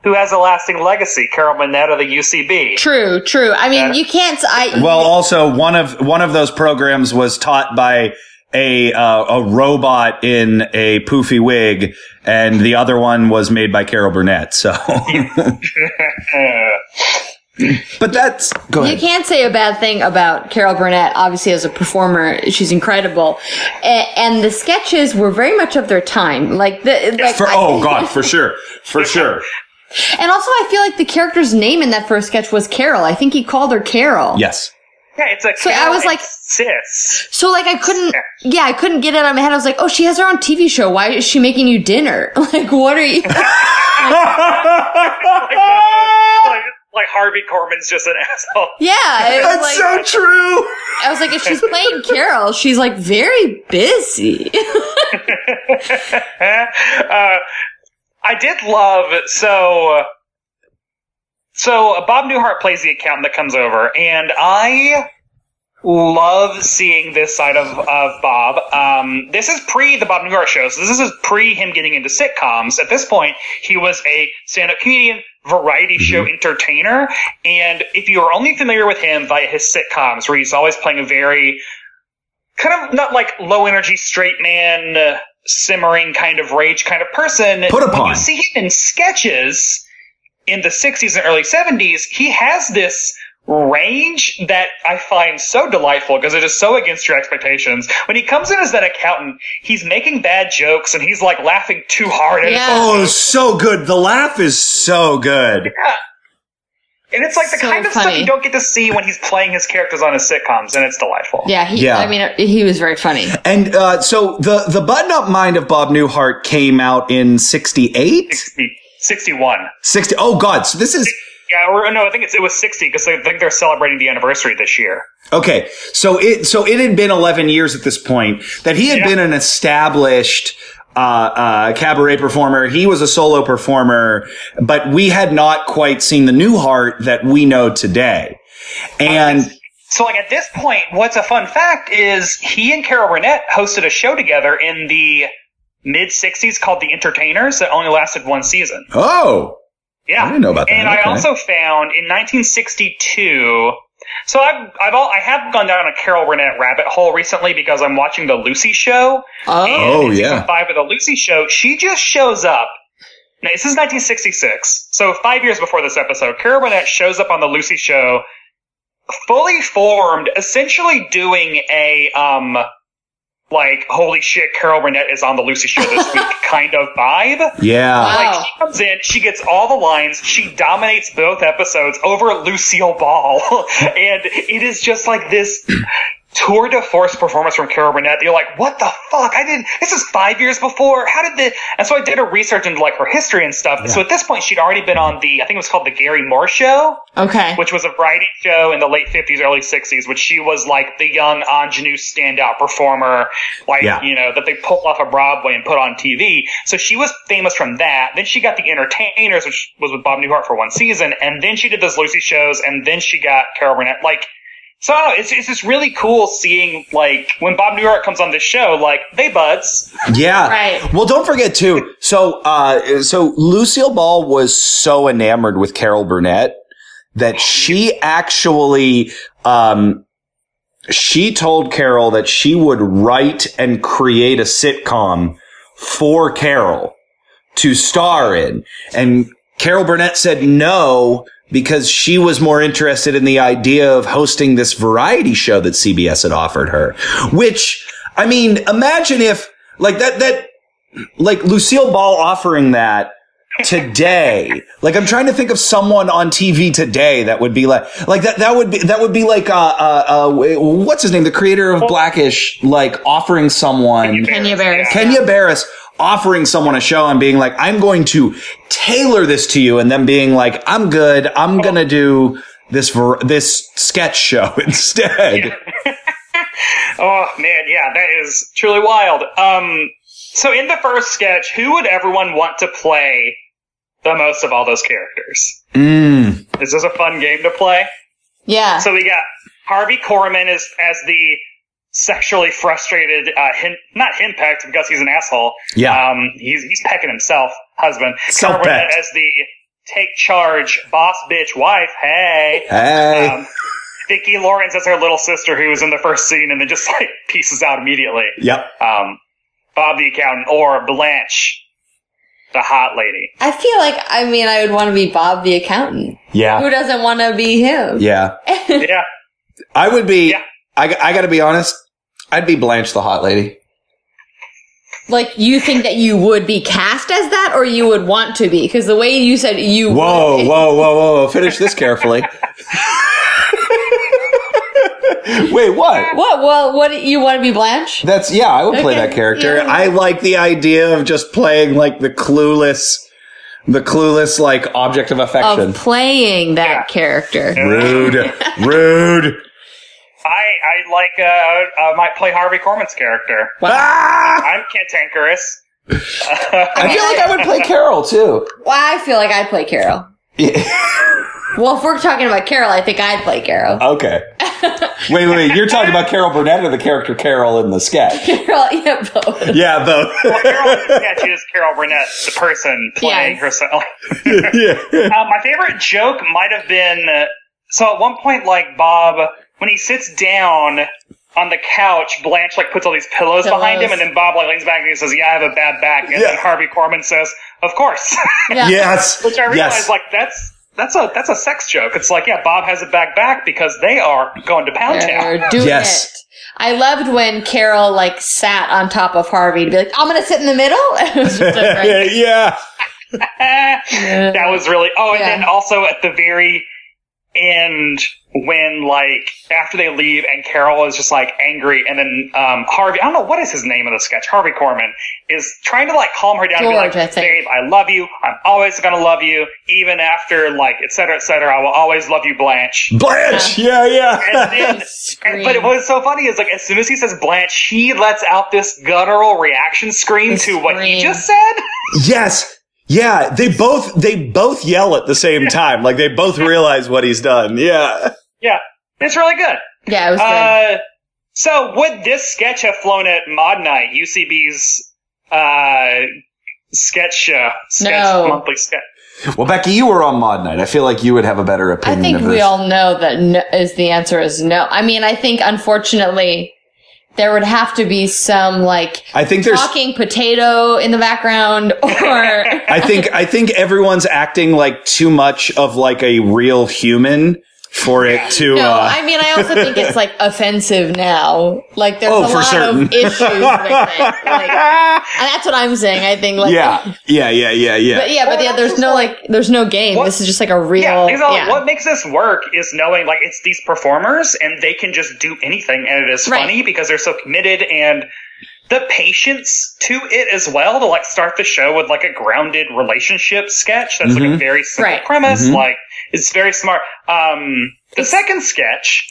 Speaker 1: who has a lasting legacy? Carol Burnett or the UCB?
Speaker 2: true, true. I mean, you can't. I
Speaker 3: Well, also one of one of those programs was taught by a uh, a robot in a poofy wig, and the other one was made by Carol Burnett. So, but that's go
Speaker 2: You can't say a bad thing about Carol Burnett. Obviously, as a performer, she's incredible, A- and the sketches were very much of their time. Like the like,
Speaker 3: For,
Speaker 2: I-
Speaker 3: oh God, for sure, for sure.
Speaker 2: and also I feel like the character's name in that first sketch was Carol. I think he called her Carol.
Speaker 3: Yes.
Speaker 1: Yeah, it's a.
Speaker 2: So I
Speaker 1: Carol
Speaker 2: was
Speaker 1: and
Speaker 2: like-
Speaker 1: sis.
Speaker 2: So like I couldn't, yeah, I couldn't get it out of my head. I was like, oh, she has her own TV show. Why is she making you dinner? Like, what are you?
Speaker 1: like, like Harvey Korman's just an asshole.
Speaker 2: Yeah, it was
Speaker 3: That's
Speaker 2: like,
Speaker 3: so true.
Speaker 2: I was like, if she's playing Carol, she's like very busy.
Speaker 1: uh, I did love so. So uh, Bob Newhart plays the accountant that comes over, and I love seeing this side of of Bob. Um, this is pre the Bob Newhart show, so this is pre him getting into sitcoms. At this point, he was a stand up comedian, variety show
Speaker 3: Mm-hmm.
Speaker 1: entertainer, and if you are only familiar with him via his sitcoms, where he's always playing a very kind of not like low energy straight man uh, simmering kind of rage kind of person
Speaker 3: Put upon.
Speaker 1: when you see him in sketches in the 60s and early 70s he has this range that i find so delightful because it is so against your expectations when he comes in as that accountant he's making bad jokes and he's like laughing too hard at it.
Speaker 2: Yeah.
Speaker 3: Oh, so good. The laugh is so good.
Speaker 1: and it's like the
Speaker 2: So
Speaker 1: kind of stuff
Speaker 2: funny.
Speaker 1: you don't get to see when he's playing his characters on his sitcoms and it's delightful
Speaker 2: Yeah, he,
Speaker 3: Yeah.
Speaker 2: I mean, he was very funny.
Speaker 3: And uh, so the the button up mind of Bob Newhart came out in '68.
Speaker 1: 61
Speaker 3: 60 oh god so this is
Speaker 1: Yeah, or no, I think it's it was sixty because I think they're celebrating the anniversary this year.
Speaker 3: okay so it so it had been 11 years at this point that he had been an established uh, uh, cabaret performer. He was a solo performer, but we had not quite seen the new heart that we know today. And
Speaker 1: So, like at this point, what's a fun fact is he and Carol Burnett hosted a show together in the mid '60s called The Entertainers that only lasted one season.
Speaker 3: oh,
Speaker 1: Yeah,
Speaker 3: I didn't know about that.
Speaker 1: And I
Speaker 3: Okay.
Speaker 1: also found in 1962. So I've I've all, I have gone down a Carol Burnett rabbit hole recently because I'm watching the Lucy Show.
Speaker 2: Oh.
Speaker 3: Oh,
Speaker 1: and in
Speaker 3: yeah.
Speaker 1: season Five of the Lucy Show. She just shows up. Now, this is 1966, so five years before this episode. Carol Burnett shows up on the Lucy Show, fully formed, essentially doing a um like holy shit, Carol Burnett is on the Lucy Show this week kind of vibe.
Speaker 3: yeah.
Speaker 2: Wow.
Speaker 1: Like she comes in, she gets all the lines, she dominates both episodes over Lucille Ball, and it is just like this tour de force performance from Carol Burnett. You're like, what the fuck? I didn't. This is five years before. How did the? And so I did a research into like her history and stuff. So at this point, she'd already been on the. I think it was called the Gary Moore Show,
Speaker 2: Okay.
Speaker 1: which was a variety show in the late fifties, early sixties, which she was like the young ingenue standout performer, like
Speaker 3: Yeah.
Speaker 1: you know that they pulled off of Broadway and put on TV. So she was famous from that. Then she got the Entertainers, which was with Bob Newhart for one season, and then she did those Lucy shows, and then she got Carol Burnett, like. So I don't know, it's it's just really cool seeing like when Bob Newhart comes on this show, like they buds.
Speaker 3: Yeah.
Speaker 2: Right.
Speaker 3: Well, don't forget too. So, uh, so Lucille Ball was so enamored with Carol Burnett that she actually, um, she told Carol that she would write and create a sitcom for Carol to star in. And Carol Burnett said no because she was more interested in the idea of hosting this variety show that CBS had offered her. Which, I mean, imagine if, like, that, that, like, Lucille Ball offering that today like i'm trying to think of someone on tv today that would be like like that that would be that would be like uh uh, uh what's his name the creator of blackish like offering someone
Speaker 2: Kenya Barris.
Speaker 3: Kenya Barris offering someone a show and being like, I'm going to tailor this to you, and them being like, I'm good. I'm gonna do this ver- this sketch show instead.
Speaker 1: Oh man, yeah, that is truly wild. Um, so in the first sketch, who would everyone want to play the most of all those characters?
Speaker 3: Mm.
Speaker 1: Is this a fun game to play?
Speaker 2: Yeah.
Speaker 1: So we got Harvey Korman as as the sexually frustrated, uh, him, not impact because he's an asshole.
Speaker 3: Yeah.
Speaker 1: um, he's he's pecking himself, husband.
Speaker 3: Self-pecked.
Speaker 1: Carol Burnett as the take charge boss bitch wife. Hey.
Speaker 3: Hey.
Speaker 1: Um, Vicki Lawrence as her little sister who was in the first scene and then just like pieces out immediately.
Speaker 3: yep.
Speaker 1: Um, Bob the accountant or Blanche, the hot lady.
Speaker 2: I feel like, I mean, I would want to be Bob the accountant. Who
Speaker 3: Yeah.
Speaker 2: doesn't want to be him?
Speaker 3: Yeah.
Speaker 1: Yeah.
Speaker 3: I would be.
Speaker 1: Yeah.
Speaker 3: I I gotta be honest. I'd be Blanche the hot lady.
Speaker 2: Like, you think that you would be cast as that or you would want to be? Because the way you said you
Speaker 3: Whoa,
Speaker 2: would-
Speaker 3: whoa, whoa, whoa, whoa. Finish this carefully. Wait, what?
Speaker 2: What? Well, what? You want to be Blanche?
Speaker 3: That's yeah, I would play
Speaker 2: Okay.
Speaker 3: that character.
Speaker 2: Yeah.
Speaker 3: I like the idea of just playing like the clueless the clueless like object of affection.
Speaker 2: Of playing that character.
Speaker 3: rude. rude.
Speaker 1: I, I like, uh, I might play Harvey Korman's character.
Speaker 3: Ah!
Speaker 1: I'm cantankerous.
Speaker 3: I feel like I would play Carol too.
Speaker 2: Well, I feel like I'd play Carol. well, if we're talking about Carol, I think I'd play Carol.
Speaker 3: Okay. Wait, wait, wait. You're talking about Carol Burnett or the character Carol in the sketch?
Speaker 2: Carol, yeah, both.
Speaker 3: Yeah, both.
Speaker 1: Carol, yeah, she is Carol Burnett, the person playing
Speaker 2: Yes.
Speaker 1: herself.
Speaker 3: yeah.
Speaker 1: Uh, my favorite joke might have been uh, so at one point, like Bob, when he sits down on the couch, Blanche like puts all these pillows, behind him,
Speaker 2: Pillows.
Speaker 1: and then Bob like leans back and he says, "Yeah, I have a bad back," and
Speaker 3: Yeah.
Speaker 1: then Harvey Korman says, "Of course,"
Speaker 2: Yeah.
Speaker 3: Yes.
Speaker 1: which I realize
Speaker 3: yes.
Speaker 1: like that's. That's a that's a sex joke. It's like, yeah, Bob has a back back because they are going to Pound Town.
Speaker 2: They're doing
Speaker 3: Yes.
Speaker 2: it. I loved when Carol like sat on top of Harvey to be like, "I'm gonna sit in the middle." it was just so
Speaker 3: yeah,
Speaker 2: great.
Speaker 3: yeah.
Speaker 1: that was really oh and
Speaker 2: Yeah.
Speaker 1: then also at the very end when like after they leave and carol is just like angry and then um harvey i don't know what is his name in the sketch harvey corman is trying to like calm her down and
Speaker 2: George,
Speaker 1: be
Speaker 2: I
Speaker 1: like babe
Speaker 2: think.
Speaker 1: i love you i'm always gonna love you even after like et cetera et cetera i will always love you blanche
Speaker 3: Blanche. Yeah, yeah.
Speaker 1: and then, and, but what is so funny is like as soon as he says blanche he lets out this guttural reaction scream
Speaker 2: The
Speaker 1: to what he
Speaker 2: scream.
Speaker 1: just said
Speaker 3: Yes. Yeah, they both they both yell at the same time. Like they both realize what he's done. Yeah.
Speaker 1: yeah it's really good
Speaker 2: Yeah, it was good.
Speaker 1: Uh, so would this sketch have flown at Mod Night, UCB's uh, sketch show, sketch
Speaker 2: No.
Speaker 1: monthly sketch?
Speaker 3: Well, Becky, you were on Mod Night. I feel like you would have a better
Speaker 2: I
Speaker 3: opinion.
Speaker 2: think
Speaker 3: of
Speaker 2: we
Speaker 3: this.
Speaker 2: all know that no, is the answer is no. I mean, I think unfortunately there would have to be some like
Speaker 3: I think there's.
Speaker 2: talking potato in the background or
Speaker 3: I think I think everyone's acting like too much of like a real human for it to.
Speaker 2: No,
Speaker 3: uh,
Speaker 2: I mean, I also think it's like offensive now. Like, there's
Speaker 3: Oh,
Speaker 2: a
Speaker 3: for
Speaker 2: lot
Speaker 3: certain.
Speaker 2: of issues with it. Like, and that's what I'm saying. I think, like,
Speaker 3: yeah, yeah, yeah, yeah, yeah.
Speaker 2: but yeah, but yeah, there's no like, there's no game. This is just like a real.
Speaker 1: Yeah, these are-
Speaker 2: yeah.
Speaker 1: what makes this work is knowing like it's these performers and they can just do anything and it is
Speaker 2: Right.
Speaker 1: funny because they're so committed and the patience to it as well to like start the show with like a grounded relationship sketch that's like a very simple
Speaker 2: Mm-hmm. Right. Mm-hmm.
Speaker 1: premise like it's very smart. Um, the second sketch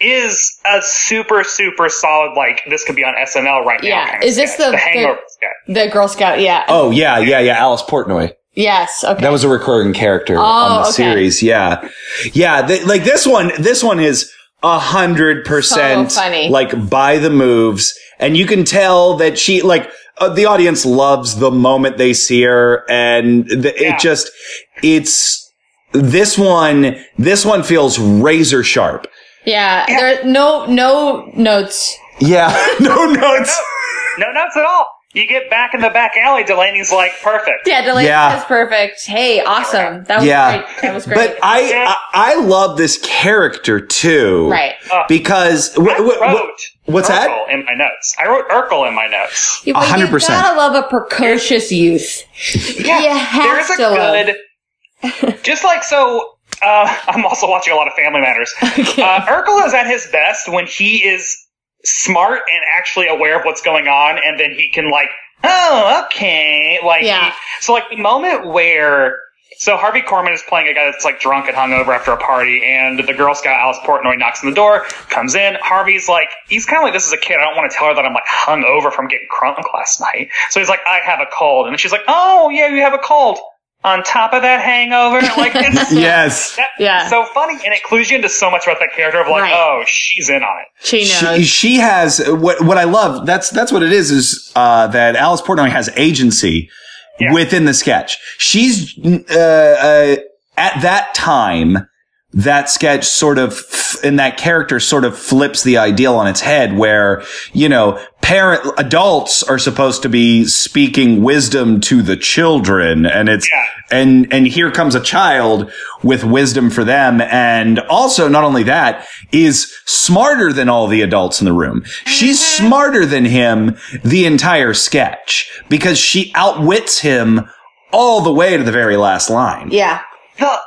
Speaker 1: is a super super solid like this could be on SNL right now.
Speaker 2: Yeah.
Speaker 1: kind of
Speaker 2: Is this
Speaker 1: sketch.
Speaker 2: the-
Speaker 1: the Hangover
Speaker 2: the-
Speaker 1: sketch?
Speaker 2: the Girl Scout. Yeah.
Speaker 3: oh yeah, yeah, yeah. Alice Portnoy.
Speaker 2: yes. Okay.
Speaker 3: That was a recurring character on the
Speaker 2: Oh, okay.
Speaker 3: series. Yeah, yeah. th- like this one, this one is a hundred percent
Speaker 2: So funny.
Speaker 3: Like by the moves, and you can tell that she like uh, the audience loves the moment they see her, and th-
Speaker 1: Yeah.
Speaker 3: it just it's. This one, this one feels razor sharp.
Speaker 2: yeah. There no no notes.
Speaker 3: Yeah, no notes.
Speaker 1: No nuts at all. You get back in the back alley. Delaney's like perfect.
Speaker 2: Yeah, Delaney
Speaker 3: Yeah.
Speaker 2: is perfect. Hey, awesome. That was
Speaker 3: Yeah.
Speaker 2: great. That was great.
Speaker 3: But I, I, I love this character too,
Speaker 2: Right.
Speaker 3: Because wh-
Speaker 1: I
Speaker 3: wh- wh-
Speaker 1: wrote
Speaker 3: what's that?
Speaker 1: Urkel in my notes. I wrote Urkel in my notes.
Speaker 2: Yeah, but you
Speaker 3: 100%.
Speaker 2: gotta love a precocious youth. you
Speaker 1: There
Speaker 2: have
Speaker 1: is a
Speaker 2: to love.
Speaker 1: good, just like so. Uh, I'm also watching a lot of Family Matters. Uh, Urkel is at his best when he is smart and actually aware of what's going on, and then he can like, oh, okay, like,
Speaker 2: Yeah.
Speaker 1: he- so like the moment where. So Harvey Korman is playing a guy that's like drunk and hungover after a party, and the Girl Scout Alice Portnoy knocks on the door, comes in. Harvey's like, he's kind of like, this is a kid. I don't want to tell her that I'm like hungover from getting crunk last night. So he's like, I have a cold, and she's like, oh yeah, you have a cold. On top of that hangover, like it's
Speaker 3: Yes.
Speaker 1: that,
Speaker 2: Yeah.
Speaker 1: so funny, and it clues you into so much about that character of like,
Speaker 2: Right.
Speaker 1: oh, she's in on it.
Speaker 2: She
Speaker 3: She, she has what what I love. That's that's what it is. Is uh, that Alice Portnoy has agency within the sketch. She's uh, uh, at that time. That sketch sort of, f- and that character sort of flips the ideal on its head where, you know, parent, adults are supposed to be speaking wisdom to the children. And it's, and, and here comes a child with wisdom for them. And also, not only that, is smarter than all the adults in the room. She's smarter than him the entire sketch because she outwits him all the way to the very last line.
Speaker 2: yeah.
Speaker 1: the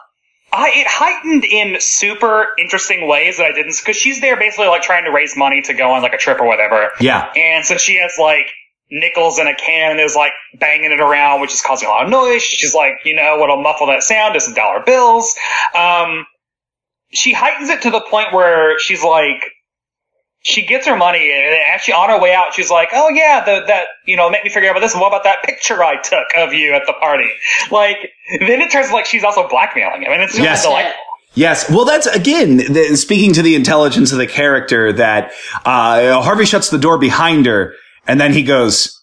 Speaker 1: I, it heightened in super interesting ways that I didn't because she's there basically like trying to raise money to go on like a trip or whatever.
Speaker 3: Yeah.
Speaker 1: And so she has like nickels in a can and is like banging it around, which is causing a lot of noise. She's like, you know, what'll muffle that sound is dollar bills. Um, she heightens it to the point where she's like, she gets her money and actually on her way out, she's like, oh yeah, the, that, you know, make me figure out about this. What about that picture I took of you at the party? Like, then it turns like she's also blackmailing him and it's just
Speaker 3: Yes.
Speaker 1: like,
Speaker 3: Yes. Well, that's again the, speaking to the intelligence of the character that uh, Harvey shuts the door behind her, and then he goes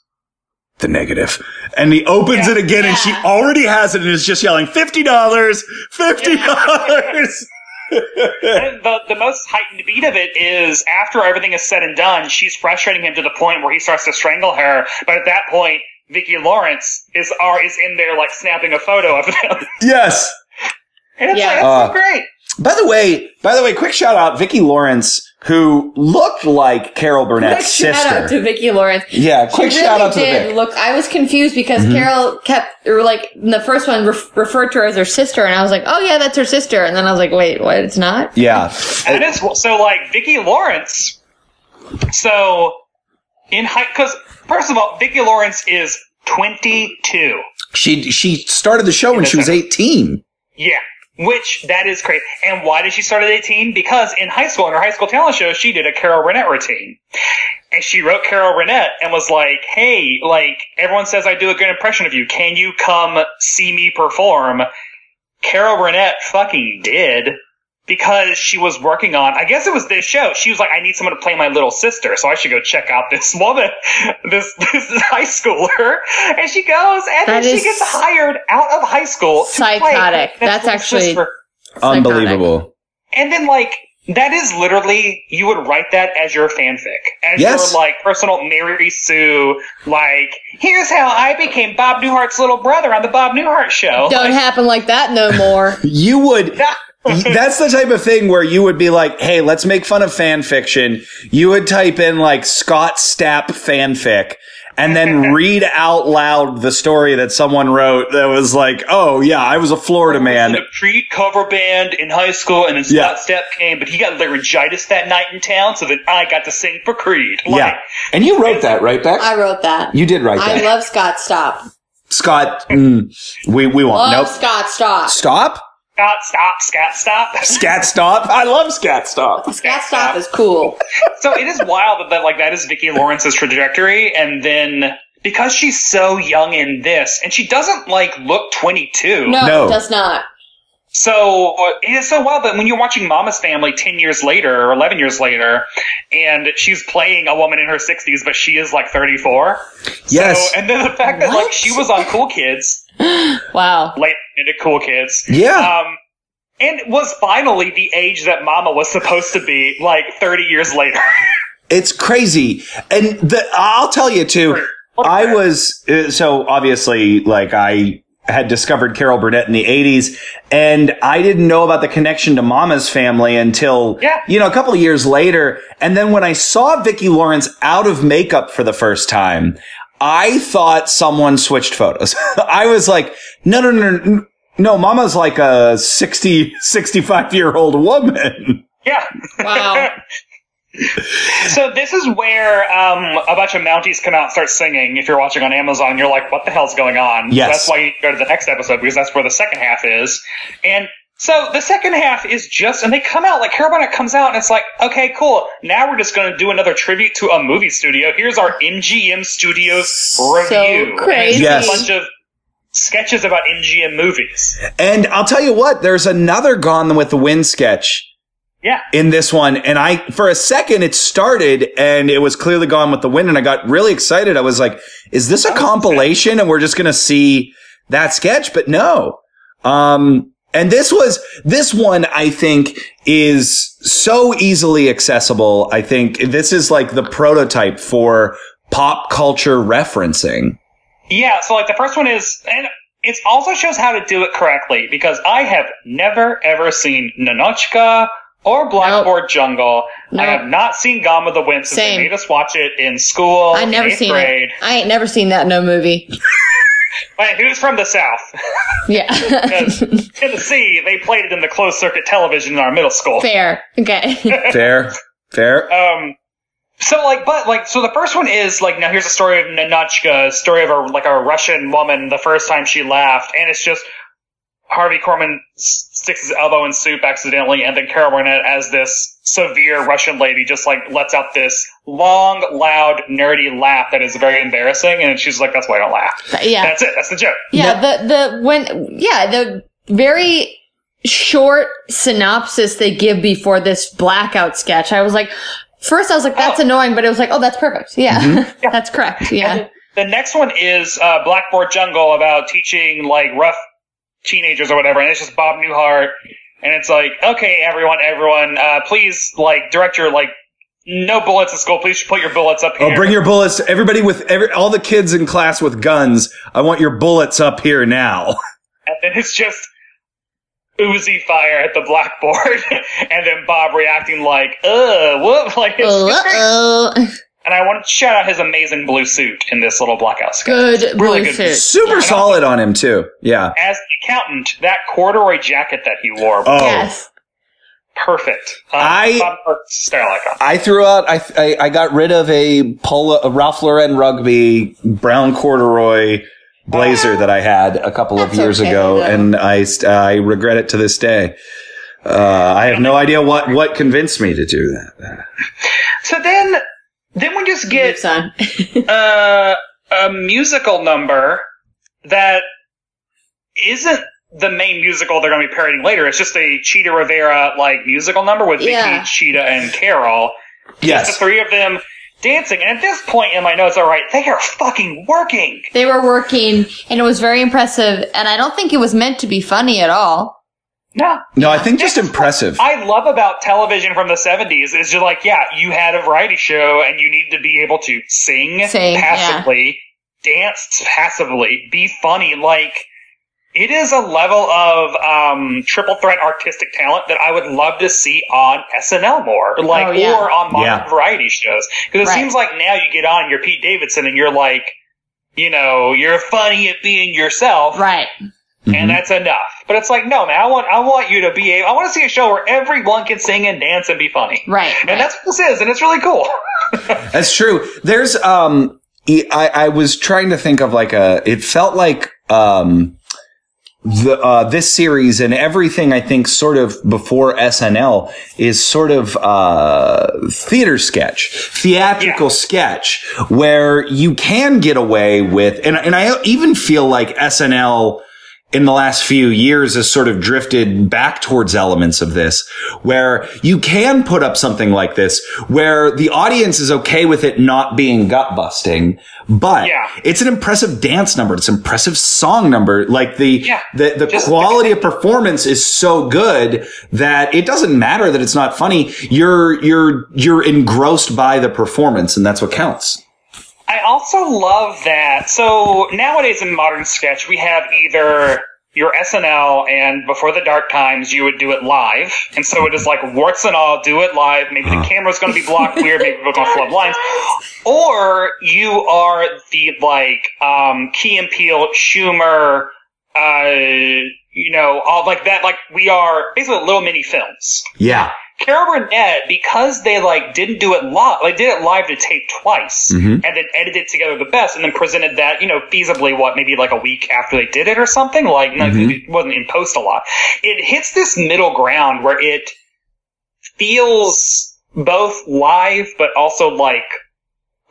Speaker 3: the negative, and he opens it again, and she already has it, and is just yelling fifty dollars, fifty dollars.
Speaker 1: And the, the most heightened beat of it is after everything is said and done, she's frustrating him to the point where he starts to strangle her. But at that point, Vicki Lawrence is are, is in there like snapping a photo of them.
Speaker 3: yes.
Speaker 1: And it's
Speaker 2: Yeah.
Speaker 1: like, that's so
Speaker 3: Uh,
Speaker 1: great.
Speaker 3: By the way, by the way, quick shout out Vicki Lawrence, who looked like Carol
Speaker 2: Quick
Speaker 3: Burnett's
Speaker 2: shout
Speaker 3: sister.
Speaker 2: out to Vicki Lawrence.
Speaker 3: yeah,
Speaker 2: She
Speaker 3: quick
Speaker 2: really
Speaker 3: shout out to
Speaker 2: did
Speaker 3: Vic. Mm-hmm.
Speaker 2: look. I was confused because Carol kept or like in the first one ref, referred to her as her sister, and I was like, "Oh yeah, that's her sister," and then I was like, "Wait, what? It's not."
Speaker 3: Yeah.
Speaker 1: And it's, so like Vicki Lawrence. So in height, because first of all, Vicki Lawrence is 22.
Speaker 3: She she started the show when she was 18.
Speaker 1: Yeah. Which that is crazy. And why did she start at 18? Because in high school, in her high school talent show, she did a Carol Burnett routine. And she wrote Carol Burnett and was like, Hey, like everyone says I do a good impression of you. Can you come see me perform? Carol Burnett fucking did because she was working on I guess it was this show. She was like, I need someone to play my little sister, so I should go check out this woman, this this high schooler. And she goes and
Speaker 2: That
Speaker 1: then she
Speaker 2: is
Speaker 1: gets hired out of high school. to play
Speaker 2: psychotic.
Speaker 1: this
Speaker 2: That's
Speaker 1: little
Speaker 2: actually-
Speaker 1: sister.
Speaker 3: Unbelievable.
Speaker 1: And then like that is literally you would write that as your fanfic, as
Speaker 3: Yes.
Speaker 1: your like personal Mary Sue. Like here's how I became Bob Newhart's little brother on the Bob Newhart show.
Speaker 2: Don't happen like that no more.
Speaker 3: You would that's the type of thing where you would be like, hey, let's make fun of fan fiction. You would type in like Scott Stapp fanfic and then read out loud the story that someone wrote that was like, oh, yeah, I was a Florida man.
Speaker 1: in a pre cover band in high school, and then
Speaker 3: Yeah.
Speaker 1: Scott Step came, but he got laryngitis that night in town, so then I got to sing for Creed. Like,
Speaker 3: Yeah.
Speaker 4: And you wrote that, right, Beck?
Speaker 2: I wrote that.
Speaker 4: you did write
Speaker 2: I
Speaker 4: that.
Speaker 2: love Scott Stop.
Speaker 3: Scott, mm, we, we won't.
Speaker 2: Love
Speaker 3: Nope.
Speaker 2: Scott Stop.
Speaker 3: Stop?
Speaker 1: Scott, stop, Scott, stop.
Speaker 3: Scat stop? I love Scat.
Speaker 4: Scat stop.
Speaker 2: Scott Stop is cool.
Speaker 1: so it is wild that, that like that is Vicki Lawrence's trajectory, and then because she's so young in this, and she doesn't like look twenty two.
Speaker 2: No,
Speaker 3: No.
Speaker 2: it does not.
Speaker 1: So uh, it is so wild that when you're watching Mama's Family ten years later or eleven years later, and she's playing a woman in her sixties, but she is like thirty four.
Speaker 3: Yes.
Speaker 1: So, and then the fact that like she was on Cool Kids,
Speaker 2: Wow.
Speaker 1: late into Cool Kids.
Speaker 3: Yeah.
Speaker 1: Um, and was finally the age that Mama was supposed to be, like thirty years later.
Speaker 3: It's crazy. And the, I'll tell you too, I was, uh, so obviously, like, I had discovered Carol Burnett in the 80s, and I didn't know about the connection to Mama's family until,
Speaker 1: Yeah.
Speaker 3: you know, a couple of years later. And then when I saw Vicki Lawrence out of makeup for the first time, I thought someone switched photos. I was like, no, no, no, no. No, mama's like a 60, 65 year old woman.
Speaker 1: yeah.
Speaker 2: Wow.
Speaker 1: So this is where um, a bunch of Mounties come out and start singing. If you're watching on Amazon, you're like, "What the hell's going on?"
Speaker 3: Yes.
Speaker 1: So that's why you go to the next episode because that's where the second half is. And so the second half is just, and they come out like Carol Burnett comes out, and it's like, "Okay, cool. Now we're just going to do another tribute to a movie studio. Here's our MGM Studios review.
Speaker 2: crazy.
Speaker 1: And it's
Speaker 3: Yes.
Speaker 1: A bunch of sketches about MGM movies.
Speaker 3: And I'll tell you what, there's another Gone with the Wind sketch
Speaker 1: Yeah.
Speaker 3: in this one. And I, for a second, it started and it was clearly Gone with the Wind. And I got really excited. I was like, is this a compilation? And we're just going to see that sketch. But no. Um, and this was, this one, I think is so easily accessible. I think this is like the prototype for pop culture referencing.
Speaker 1: Yeah, so like the first one is, and it also shows how to do it correctly because I have never ever seen Nanochka or Blackboard Jungle. I
Speaker 2: Nope.
Speaker 1: have not seen Gone with the Wind since
Speaker 2: Same.
Speaker 1: they made us watch it in school.
Speaker 2: I never
Speaker 1: in eighth
Speaker 2: seen
Speaker 1: grade.
Speaker 2: it. I ain't never seen that no movie.
Speaker 1: Wait, who's from the South?
Speaker 2: Yeah.
Speaker 1: 'Cause Tennessee, they played it in the closed circuit television in our middle school.
Speaker 2: Fair. Okay.
Speaker 3: Fair, fair.
Speaker 1: Um, so like, but like, so the first one is like, now here's a story of Nanotchka, a story of a like a Russian woman the first time she laughed, and it's just Harvey Korman s- sticks his elbow in soup accidentally, and then Carol Burnett as this severe Russian lady just like lets out this long, loud, nerdy laugh that is very embarrassing, and she's like, that's why I don't laugh.
Speaker 2: yeah.
Speaker 1: That's it. That's the joke.
Speaker 2: Yeah, the the when yeah, the very short synopsis they give before this blackout sketch. I was like first I was like that's annoying, but it was like oh that's perfect. Yeah. that's correct. Yeah.
Speaker 1: The next one is uh, Blackboard Jungle about teaching like rough teenagers or whatever, and it's just Bob Newhart, and it's like, okay, everyone, everyone, uh, please like direct your like no bullets in school. Please put your bullets up here.
Speaker 3: Oh, bring your bullets. Everybody with every, all the kids in class with guns. I want your bullets up here now.
Speaker 1: and then it's just oozy fire at the blackboard, and then Bob reacting like, ugh, whoop, like it's, it's great.
Speaker 2: Uh-oh.
Speaker 1: And I want to shout out his amazing blue suit in this little blackout sketch.
Speaker 2: Good
Speaker 1: Really
Speaker 2: blue
Speaker 1: good.
Speaker 2: suit.
Speaker 3: Super solid on him too. Yeah.
Speaker 1: As the accountant, that corduroy jacket that he wore.
Speaker 3: Oh,
Speaker 2: Yes.
Speaker 1: Perfect. Um,
Speaker 3: I-
Speaker 1: Bob Burke's style icon.
Speaker 3: I threw out. I, I I got rid of a polo, a Ralph Lauren rugby brown corduroy blazer that I had a couple of
Speaker 2: That's
Speaker 3: years
Speaker 2: okay,
Speaker 3: ago,
Speaker 2: though.
Speaker 3: and I st- I regret it to this day. Uh, I have no idea what what convinced me to do that.
Speaker 1: So then, then we just get
Speaker 2: Moves on.
Speaker 1: uh, a musical number that isn't the main musical they're going to be parodying later. It's just a Cheetah Rivera like musical number with Vicky,
Speaker 2: Yeah.
Speaker 1: Cheetah, and Carol. The
Speaker 3: Yes.
Speaker 1: three of them dancing. And at this point in my notes, all right, they are fucking working.
Speaker 2: They were working and it was very impressive and I don't think it was meant to be funny at all.
Speaker 1: No.
Speaker 3: No, I think just
Speaker 1: That's what
Speaker 3: impressive.
Speaker 1: I love about television from the 70s is just like, yeah, you had a variety show and you need to be able to sing,
Speaker 2: Sing, yeah.
Speaker 1: passively, dance passively, be funny. Like, It is a level of um, triple threat artistic talent that I would love to see on SNL more, like
Speaker 2: Oh, yeah.
Speaker 1: or on modern
Speaker 3: Yeah.
Speaker 1: variety shows. Because it
Speaker 2: Right.
Speaker 1: seems like now you get on, you're Pete Davidson, and you're like, you know, you're funny at being yourself,
Speaker 2: Right. Mm-hmm.
Speaker 1: and that's enough. But it's like, no, man, I want I want you to be. A, I want to see a show where everyone can sing and dance and be funny.
Speaker 2: Right,
Speaker 1: And
Speaker 2: right.
Speaker 1: that's what this is, and it's really cool.
Speaker 3: That's true. There's um I, I was trying to think of like a it felt like um the uh this series and everything I think sort of before SNL is sort of uh theater sketch, theatrical
Speaker 1: Yeah.
Speaker 3: sketch where you can get away with and and I even feel like SNL in the last few years has sort of drifted back towards elements of this where you can put up something like this where the audience is okay with it not being gut busting, but
Speaker 1: Yeah.
Speaker 3: it's an impressive dance number. It's an impressive song number. Like the,
Speaker 1: Yeah.
Speaker 3: the, the
Speaker 1: Just-
Speaker 3: quality of performance is so good that it doesn't matter that it's not funny. You're, you're, you're engrossed by the performance and that's what counts.
Speaker 1: I also love that. So nowadays in modern sketch, we have either your SNL and before the dark times, you would do it live. And so it is like warts and all, do it live. Maybe the camera's going to be blocked weird. Maybe people are going to flub lines. Or you are the like, um, Key and Peele, Schumer, uh, you know, all like that. Like we are basically little mini films.
Speaker 3: Yeah.
Speaker 1: Carol Burnett, because they like didn't do it live, like did it live to tape twice, and then edited together the best, and then presented that you know feasibly what maybe like a week after they did it or something. Like no, it wasn't in post a lot. It hits this middle ground where it feels both live but also like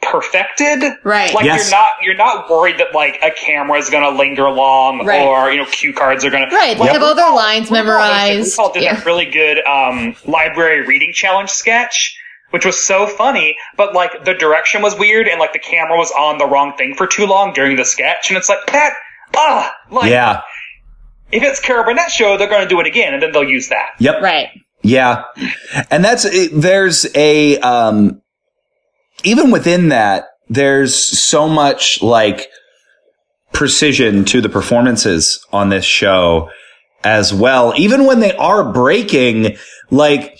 Speaker 1: perfected.
Speaker 2: Right.
Speaker 1: Like
Speaker 3: Yes.
Speaker 1: you're not you're not worried that like a camera is going to linger long
Speaker 2: Right.
Speaker 1: or you know cue cards are going to
Speaker 2: Right. They have all their lines memorized.
Speaker 1: we all did
Speaker 2: Yeah.
Speaker 1: that really good um, library reading challenge sketch, which was so funny, but like the direction was weird and like the camera was on the wrong thing for too long during the sketch, and it's like that. Ah, like
Speaker 3: Yeah.
Speaker 1: if it's Carol Burnett's show, they're going to do it again, and then they'll use that.
Speaker 3: Yep.
Speaker 2: Right.
Speaker 3: Yeah. And that's, it, there's a, um, even within that, there's so much like precision to the performances on this show as well. Even when they are breaking, like,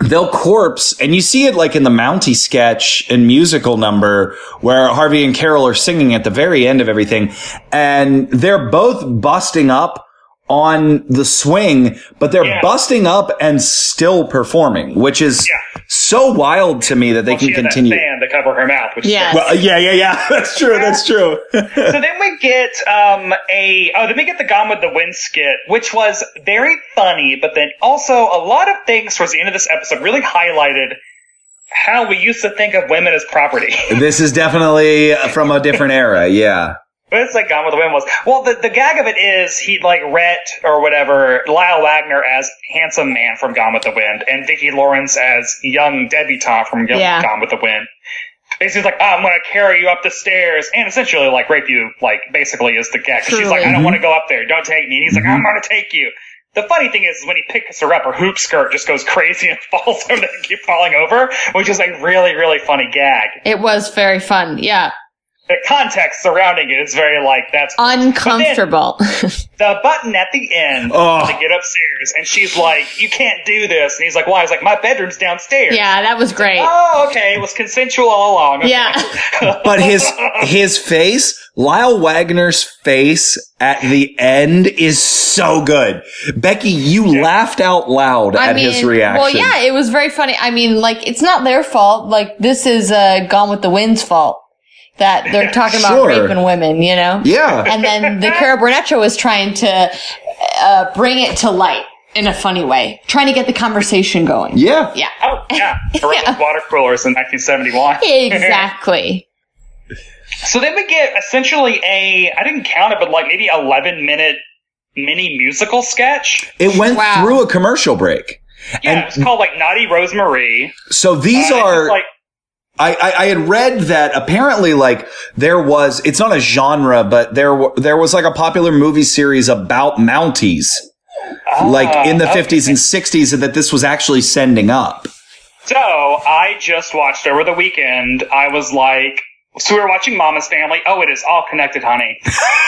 Speaker 3: they'll corpse and you see it like in the Mountie sketch and musical number where Harvey and Carol are singing at the very end of everything and they're both busting up on the swing, but they're
Speaker 1: Yeah.
Speaker 3: busting up and still performing, which is
Speaker 1: Yeah.
Speaker 3: so wild to me that they
Speaker 1: Well,
Speaker 3: can
Speaker 1: she had
Speaker 3: continue.
Speaker 1: that fan to cover her mouth, which is
Speaker 2: Yeah.
Speaker 3: Well, yeah, yeah, yeah. That's true. That's true.
Speaker 1: so then we get um, a oh then we get the Gone with the Wind skit, which was very funny, but then also a lot of things towards the end of this episode really highlighted how we used to think of women as property.
Speaker 3: this is definitely from a different era. Yeah.
Speaker 1: It's like Gone with the Wind was. Well, the, the gag of it is he like Rhett or whatever Lyle Wagner as handsome man from Gone with the Wind, and Vicki Lawrence as young debutante from Go-
Speaker 2: Yeah.
Speaker 1: Gone with the Wind. Basically, it's like "Ah, I'm gonna carry you up the stairs and essentially like rape you. Like basically is the gag. 'Cause She's like,
Speaker 2: Truly. Mm-hmm.
Speaker 1: I don't want to go up there. Don't take me. And he's like, I'm gonna take you. The funny thing is, is when he picks her up, her hoop skirt just goes crazy and falls over. They keep falling over, which is a really, really funny gag.
Speaker 2: It was very fun. Yeah.
Speaker 1: The context surrounding it is very like that's
Speaker 2: Uncomfortable.
Speaker 1: the button at the end
Speaker 3: Oh.
Speaker 1: to get upstairs, and she's like, "You can't do this," and he's like, "Why?" He's like, "My bedroom's downstairs."
Speaker 2: yeah, that was great.
Speaker 1: Oh, okay. It was consensual all along. Okay.
Speaker 2: Yeah.
Speaker 3: But his his face, Lyle Wagner's face at the end is so good. Becky, you laughed out loud at his reaction.
Speaker 2: Well, yeah, it was very funny. I mean, like, it's not their fault. Like, this is uh, Gone with the Wind's fault that they're talking
Speaker 3: Sure.
Speaker 2: about raping women, you know?
Speaker 3: Yeah.
Speaker 2: And then the Cara Burnett show is trying to uh, bring it to light in a funny way, trying to get the conversation going.
Speaker 3: yeah.
Speaker 2: Yeah.
Speaker 1: Oh, yeah. Around with water coolers in 1971.
Speaker 2: Exactly.
Speaker 1: So then we get essentially a, I didn't count it, but like maybe 11 minute mini musical sketch.
Speaker 3: It went
Speaker 2: Wow.
Speaker 3: through a commercial break.
Speaker 1: Yeah, it's called like Naughty Rosemarie.
Speaker 3: So these
Speaker 1: And it's
Speaker 3: are
Speaker 1: Uh, like,
Speaker 3: I, I, I had read that apparently, like there was, it's not a genre, but there wa- there was like a popular movie series about Mounties, like in the
Speaker 1: Ah, okay.
Speaker 3: fifties and sixties, and that this was actually sending up.
Speaker 1: So I just watched over the weekend. I was like, So we were watching Mama's Family. Oh, it is all connected, honey.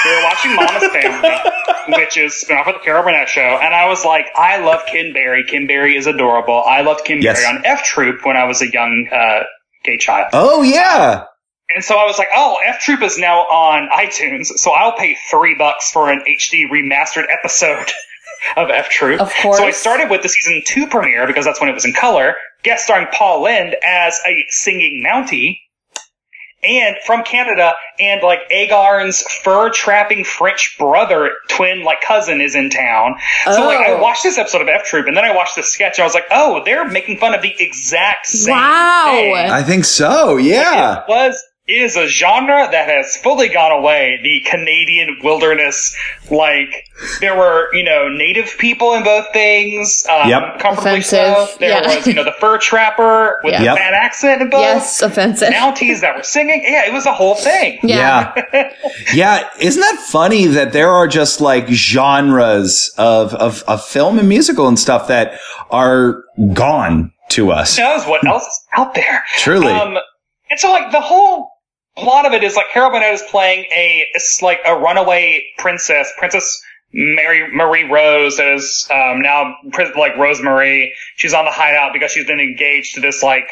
Speaker 1: we were watching Mama's Family, which is spin off of the Carol Burnett show, and I was like, I love Kim Barry. Kim Barry is adorable. I loved Kim
Speaker 3: Yes.
Speaker 1: Barry on F Troop when I was a young uh, gay child.
Speaker 3: Oh yeah.
Speaker 1: And so I was like, oh, F Troop is now on iTunes, so I'll pay three bucks for an HD remastered episode of F Troop.
Speaker 2: Of course.
Speaker 1: So I started with the season two premiere because that's when it was in color, guest starring Paul Lind as a singing Mountie. And from Canada, and like Agarn's fur trapping French brother, twin, like cousin is in town. So like I
Speaker 2: Oh.
Speaker 1: watched this episode of F Troop and then I watched this sketch and I was like, oh, they're making fun of the exact same
Speaker 2: Wow.
Speaker 1: thing
Speaker 3: I think so. Yeah.
Speaker 1: was is a genre that has fully gone away. The Canadian wilderness, like there were, you know, native people in both things. Um,
Speaker 3: Yep.
Speaker 1: comfortably so.
Speaker 2: Offensive,
Speaker 1: There
Speaker 2: yeah.
Speaker 1: was, you know, the fur trapper with
Speaker 2: Yeah.
Speaker 1: the
Speaker 3: Yep.
Speaker 1: bad accent in both.
Speaker 2: Yes, offensive.
Speaker 1: Mounties that were singing. Yeah, it was a whole thing.
Speaker 2: yeah.
Speaker 3: Yeah. Yeah. Isn't that funny that there are just like genres of, of, of film and musical and stuff that are gone to us?
Speaker 1: Who knows what else is out there?
Speaker 3: Truly.
Speaker 1: Um, and so, like, the whole plot of it is like Carol Burnett is playing a it's like a runaway princess, Princess Mary Marie Rose, that is um, now prin- like Rosemary. She's on the hideout because she's been engaged to this like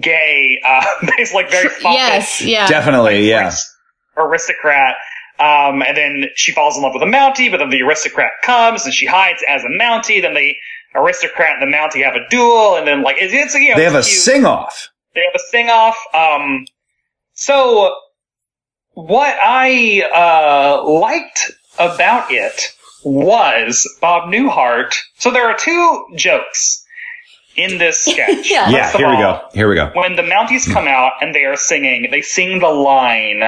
Speaker 1: gay, uh, he's like very foppish
Speaker 2: Yes. Yeah.
Speaker 3: Definitely. Oh, Yeah.
Speaker 1: aristocrat. Um, and then she falls in love with a Mountie, but then the aristocrat comes and she hides as a Mountie. Then the aristocrat and the Mountie have a duel, and then like it's, it's you know
Speaker 3: They have a
Speaker 1: it's cute.
Speaker 3: sing off.
Speaker 1: They have a sing off. Um, so what I uh, liked about it was Bob Newhart. So there are two jokes in this sketch.
Speaker 2: Yeah.
Speaker 3: Yeah.
Speaker 1: First of
Speaker 3: Here we
Speaker 1: all,
Speaker 3: go. Hmm. Here we go.
Speaker 1: When the Mounties come out and they are singing, they sing the line,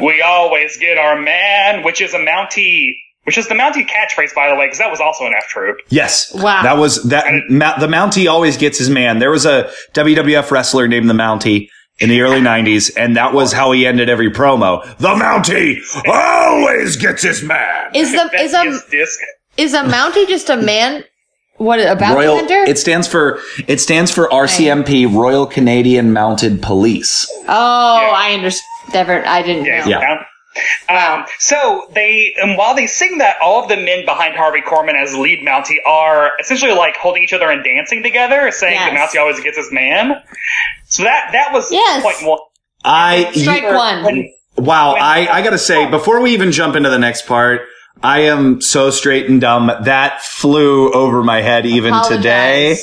Speaker 1: "We always get our man," which is a Mountie, which is the Mountie catchphrase, by the way, because that was also an F troop.
Speaker 3: Yes.
Speaker 2: Wow.
Speaker 3: That was that. Ma- the Mountie always gets his man. There was a WWF wrestler named the Mountie in the early '90s, and that was how he ended every promo. The Mountie always gets his man.
Speaker 2: Is the
Speaker 1: That
Speaker 2: Um, is a
Speaker 1: is this.
Speaker 2: is a Mountie just a man? What a bounty
Speaker 3: Royal.
Speaker 2: hunter?
Speaker 3: It stands for it stands for RCMP, Royal Canadian Mounted Police.
Speaker 2: oh,
Speaker 1: Yeah.
Speaker 2: I understand. Never, I didn't
Speaker 1: Yeah.
Speaker 2: know.
Speaker 3: Yeah.
Speaker 1: yeah. Um, so they, and while they sing that, all of the men behind Harvey Korman as lead Mountie are essentially like holding each other and dancing together, saying the
Speaker 2: Yes.
Speaker 1: Mountie always gets his man. So that that was
Speaker 2: Yes.
Speaker 1: point one.
Speaker 3: I
Speaker 2: Strike one.
Speaker 1: When-
Speaker 3: Wow, I, I gotta say, before we even jump into the next part, I am so straight and dumb. That flew over my head even
Speaker 2: Apologize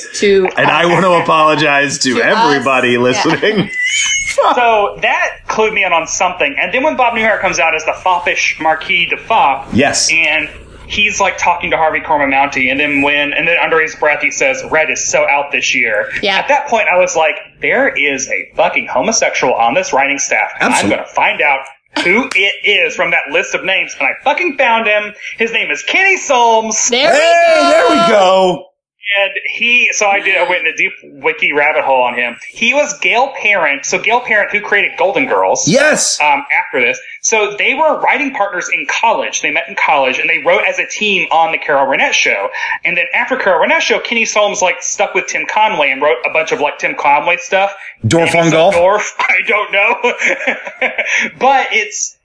Speaker 3: today.
Speaker 2: to
Speaker 3: And I want to apologize to,
Speaker 2: To us,
Speaker 3: everybody
Speaker 2: yeah.
Speaker 3: listening.
Speaker 1: So that clued me in on something. And then when Bob Newhart comes out as the foppish Marquis de Fop,
Speaker 3: Yes.
Speaker 1: and he's like talking to Harvey Korman Mountie, and then when, and then under his breath, he says, "Red is so out this year."
Speaker 2: Yeah.
Speaker 1: At that point, I was like, "There is a fucking homosexual on this writing staff. and I'm
Speaker 3: Absolute-
Speaker 1: going to find out." Who it is from that list of names, and I fucking found him. His name is Kenny Solms.
Speaker 2: There
Speaker 3: Hey,
Speaker 2: we go.
Speaker 3: there we go.
Speaker 1: And he, so I did. I went in a deep wiki rabbit hole on him. He was Gail Parent, so Gail Parent, who created Golden Girls,
Speaker 3: Yes.
Speaker 1: um, after this. So they were writing partners in college. They met in college, and they wrote as a team on the Carol Burnett show. And then after Carol Burnett show, Kenny Solms like stuck with Tim Conway and wrote a bunch of like Tim Conway stuff.
Speaker 3: Dorf on
Speaker 1: Maybe
Speaker 3: golf.
Speaker 1: some Dorf, I don't know, but it's.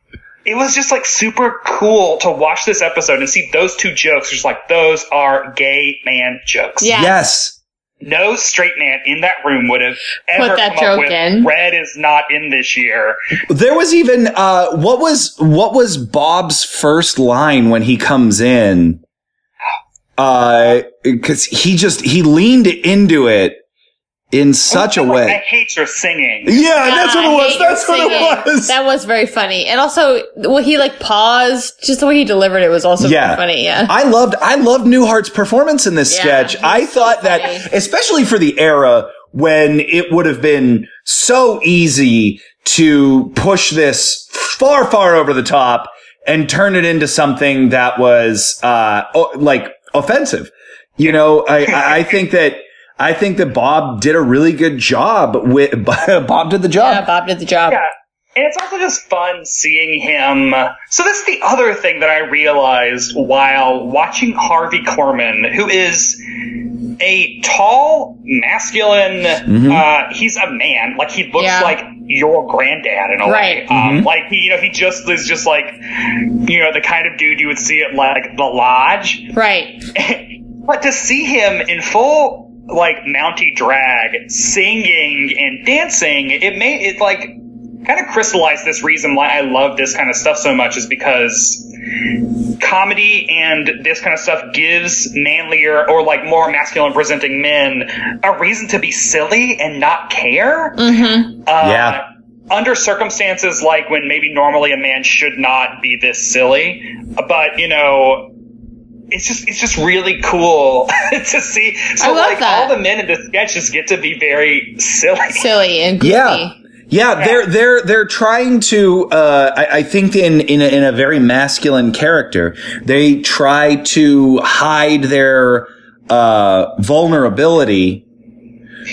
Speaker 1: It was just like super cool to watch this episode and see those two jokes. Just like those are gay man jokes
Speaker 2: Yeah.
Speaker 3: Yes.
Speaker 1: no straight man in that room would have ever
Speaker 2: Put that
Speaker 1: come
Speaker 2: joke
Speaker 1: up with,
Speaker 2: in.
Speaker 1: Red is not in this year.
Speaker 3: There was even uh what was what was Bob's first line when he comes in? Uh cuz he just he leaned into it in such a way.
Speaker 1: I hate your singing.
Speaker 3: Yeah, that's what it
Speaker 2: I
Speaker 3: was.
Speaker 2: hate your
Speaker 3: That's what it
Speaker 2: singing.
Speaker 3: was.
Speaker 2: That was very funny. And also, well, he like paused. Just the way he delivered it was also
Speaker 3: yeah.
Speaker 2: very funny. Yeah.
Speaker 3: I loved I loved Newhart's performance in this
Speaker 2: Yeah,
Speaker 3: sketch.
Speaker 2: he's
Speaker 3: I
Speaker 2: so
Speaker 3: thought
Speaker 2: funny.
Speaker 3: that especially for the era when it would have been so easy to push this far far over the top and turn it into something that was uh o- like offensive. You know, I- I I think that I think that Bob did a really good job with Bob did the job.
Speaker 2: yeah, Bob did the job.
Speaker 1: Yeah. And it's also just fun seeing him. So that's the other thing that I realized while watching Harvey Korman, who is
Speaker 3: Mm-hmm.
Speaker 1: a tall, masculine. Uh, he's a man. Like he looks
Speaker 2: Yeah.
Speaker 1: like your granddad in a
Speaker 2: Right.
Speaker 1: way. Um,
Speaker 3: Mm-hmm.
Speaker 1: Like he, you know, he just is just like you know the kind of dude you would see at like the lodge.
Speaker 2: Right.
Speaker 1: But to see him in full like Mountie drag, singing and dancing, it made it like kind of crystallized this reason why I love this kind of stuff so much is because comedy and this kind of stuff gives manlier or like more masculine presenting men a reason to be silly and not care.
Speaker 2: Mm-hmm.
Speaker 1: Uh,
Speaker 3: Yeah.
Speaker 1: Under circumstances like when maybe normally a man should not be this silly, but you know, it's just it's just really cool to see. So
Speaker 2: I love
Speaker 1: like
Speaker 2: that.
Speaker 1: all the men in the sketches get to be very silly.
Speaker 2: Silly and goofy.
Speaker 3: Yeah. Yeah, they're they're they're trying to. Uh, I, I think in in a, in a very masculine character, they try to hide their uh, vulnerability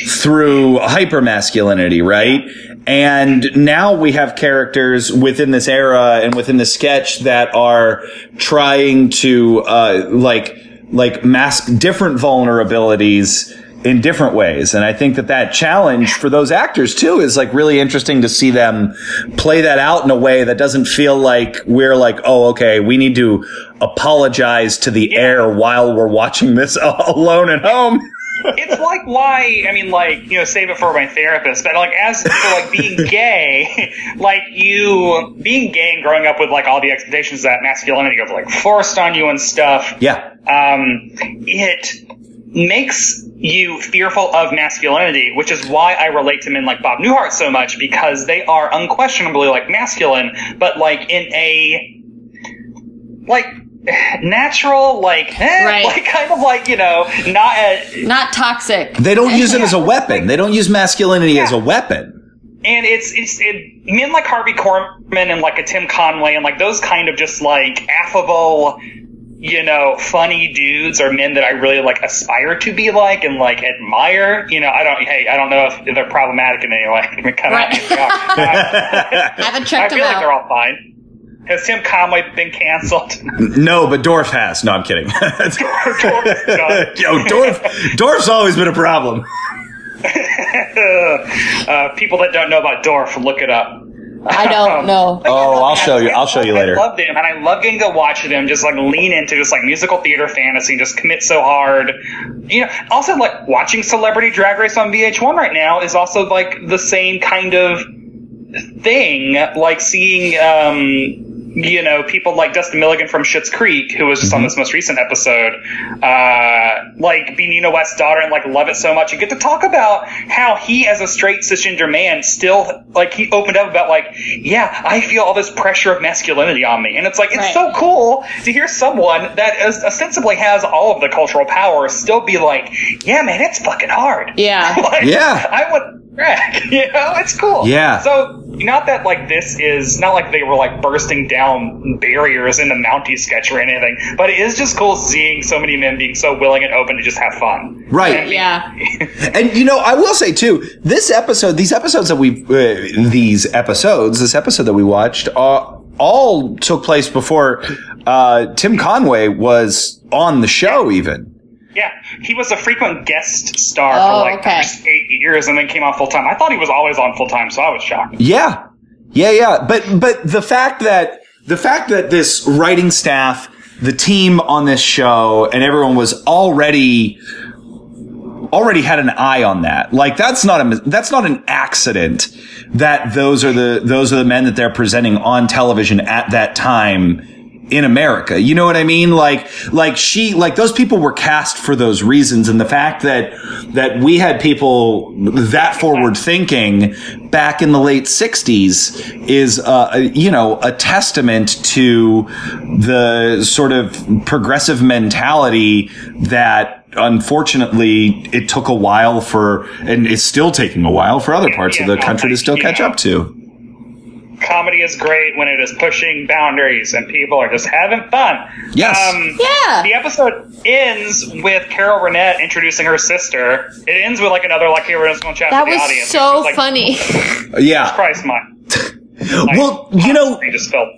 Speaker 3: through hypermasculinity, right? And now we have characters within this era and within the sketch that are trying to uh, like like mask different vulnerabilities in different ways. And I think that that challenge for those actors too is like really interesting to see them play that out in a way that doesn't feel like we're like, oh, okay, we need to apologize to the air while we're watching this alone at home.
Speaker 1: it's like why I mean, like you know, save it for my therapist. But like as for like being gay, like you being gay and growing up with like all the expectations that masculinity goes like forced on you and stuff.
Speaker 3: Yeah.
Speaker 1: um, it makes you fearful of masculinity, which is why I relate to men like Bob Newhart so much because they are unquestionably like masculine, but like in a like natural, like eh,
Speaker 2: Right.
Speaker 1: like kind of like you know not a,
Speaker 2: Not toxic.
Speaker 3: They don't use it as a weapon. They don't use masculinity as a weapon.
Speaker 1: and it's it's it, men like Harvey Korman and like a Tim Conway and like those kind of just like affable. you know, funny dudes are men that I really like aspire to be like and like admire. You know, I don't. Hey, I don't know if they're problematic in any way. I mean, kind
Speaker 2: Right.
Speaker 1: of, they are.
Speaker 2: I haven't
Speaker 1: I
Speaker 2: checked
Speaker 1: feel
Speaker 2: them
Speaker 1: like
Speaker 2: out.
Speaker 1: they're all fine. Has Tim Conway been canceled?
Speaker 3: No, but Dorf has. No, I'm kidding.
Speaker 1: Dorf's done.
Speaker 3: Yo, Dorf, Dorf's always been a problem.
Speaker 1: uh, people that don't know about Dorf, look it up.
Speaker 2: I don't know.
Speaker 3: Oh, I'll show you. I'll show you later.
Speaker 1: I love them, and I love getting to watch them just like lean into just like musical theater fantasy and just commit so hard. You know, also like watching Celebrity Drag Race on VH1 right now is also like the same kind of thing. Like seeing, um, you know, people like Dustin Milligan from Schitt's Creek, who was just on this most recent episode, uh, like be Nina West's daughter and like love it so much, and get to talk about how he, as a straight cisgender man, still like he opened up about like, yeah, I feel all this pressure of masculinity on me, and it's like it's
Speaker 2: Right.
Speaker 1: so cool to hear someone that is, ostensibly has all of the cultural power still be like, yeah, man, it's fucking hard.
Speaker 2: Yeah.
Speaker 1: Like,
Speaker 3: Yeah.
Speaker 1: I would crack. You know, it's cool.
Speaker 3: Yeah.
Speaker 1: So not that like this is not like they were like bursting down barriers in the Mountie sketch or anything, but it is just cool seeing so many men being so willing and open to just have fun.
Speaker 3: Right.
Speaker 2: Yeah.
Speaker 3: And you know, I will say too, this episode, these episodes that we, uh, these episodes, this episode that we watched, uh, all took place before uh, Tim Conway was on the show. Even
Speaker 1: Yeah, he was a frequent guest star
Speaker 2: Oh,
Speaker 1: for like the
Speaker 2: okay.
Speaker 1: first eight years, and then came on full time. I thought he was always on full time, so I was shocked.
Speaker 3: yeah, yeah, yeah. But but the fact that the fact that this writing staff, the team on this show, and everyone was already already had an eye on that. Like that's not a that's not an accident that those are the those are the men that they're presenting on television at that time in America. You know what I mean? Like like she like those people were cast for those reasons and the fact that that we had people that forward thinking back in the late 60s is uh a- you know a testament to the sort of progressive mentality that unfortunately, it took a while for, and it's still taking a while for other parts of the country to still catch up to.
Speaker 1: Comedy is great when it is pushing boundaries and people are just having fun.
Speaker 3: Yes.
Speaker 1: Um,
Speaker 2: Yeah.
Speaker 1: The episode ends with Carol Burnett introducing her sister. It ends with like another like hero small chat
Speaker 2: That
Speaker 1: to the
Speaker 2: was
Speaker 1: audience. It's
Speaker 2: so
Speaker 1: like,
Speaker 2: funny.
Speaker 3: Yeah.
Speaker 1: Christ, mine.
Speaker 3: Well, you know,
Speaker 1: I just felt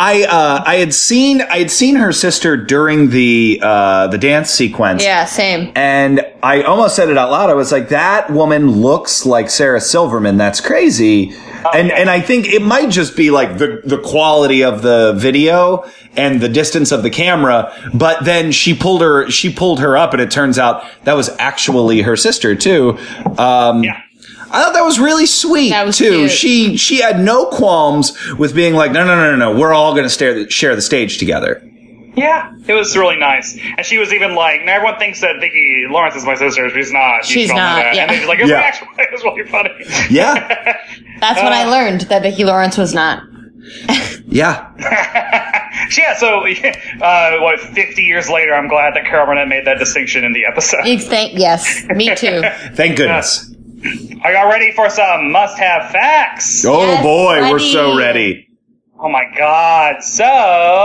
Speaker 3: I uh, I had seen I had seen her sister during the uh, the dance sequence.
Speaker 2: Yeah, same.
Speaker 3: And I almost said it out loud. I was like, "That woman looks like Sarah Silverman. That's crazy." And and I think it might just be like the the quality of the video and the distance of the camera. But then she pulled her she pulled her up, and it turns out that was actually her sister too. Um,
Speaker 1: Yeah.
Speaker 3: I thought that was really sweet
Speaker 2: That was
Speaker 3: too.
Speaker 2: cute.
Speaker 3: She she had no qualms with being like, no, no, no, no, no. We're all going to share the, share the stage together.
Speaker 1: Yeah, it was really nice. And she was even like, now everyone thinks that Vicky Lawrence is my sister. She's not. You
Speaker 2: She's
Speaker 1: should all know
Speaker 2: not,
Speaker 1: that.
Speaker 2: yeah.
Speaker 1: And then she's like, it's
Speaker 3: Yeah.
Speaker 1: actually it was really funny.
Speaker 3: Yeah,
Speaker 2: That's when I
Speaker 1: Uh.
Speaker 2: learned that Vicki Lawrence was not.
Speaker 3: yeah.
Speaker 1: yeah. So, uh, what? Fifty years later, I'm glad that Carol Burnett made that distinction in the episode.
Speaker 2: Ex- Thank yes, me too.
Speaker 3: Thank goodness.
Speaker 1: Are y'all ready for some must-have facts?
Speaker 3: Oh
Speaker 2: Yes,
Speaker 3: boy, we're
Speaker 2: buddy.
Speaker 3: so ready.
Speaker 1: Oh my God! So.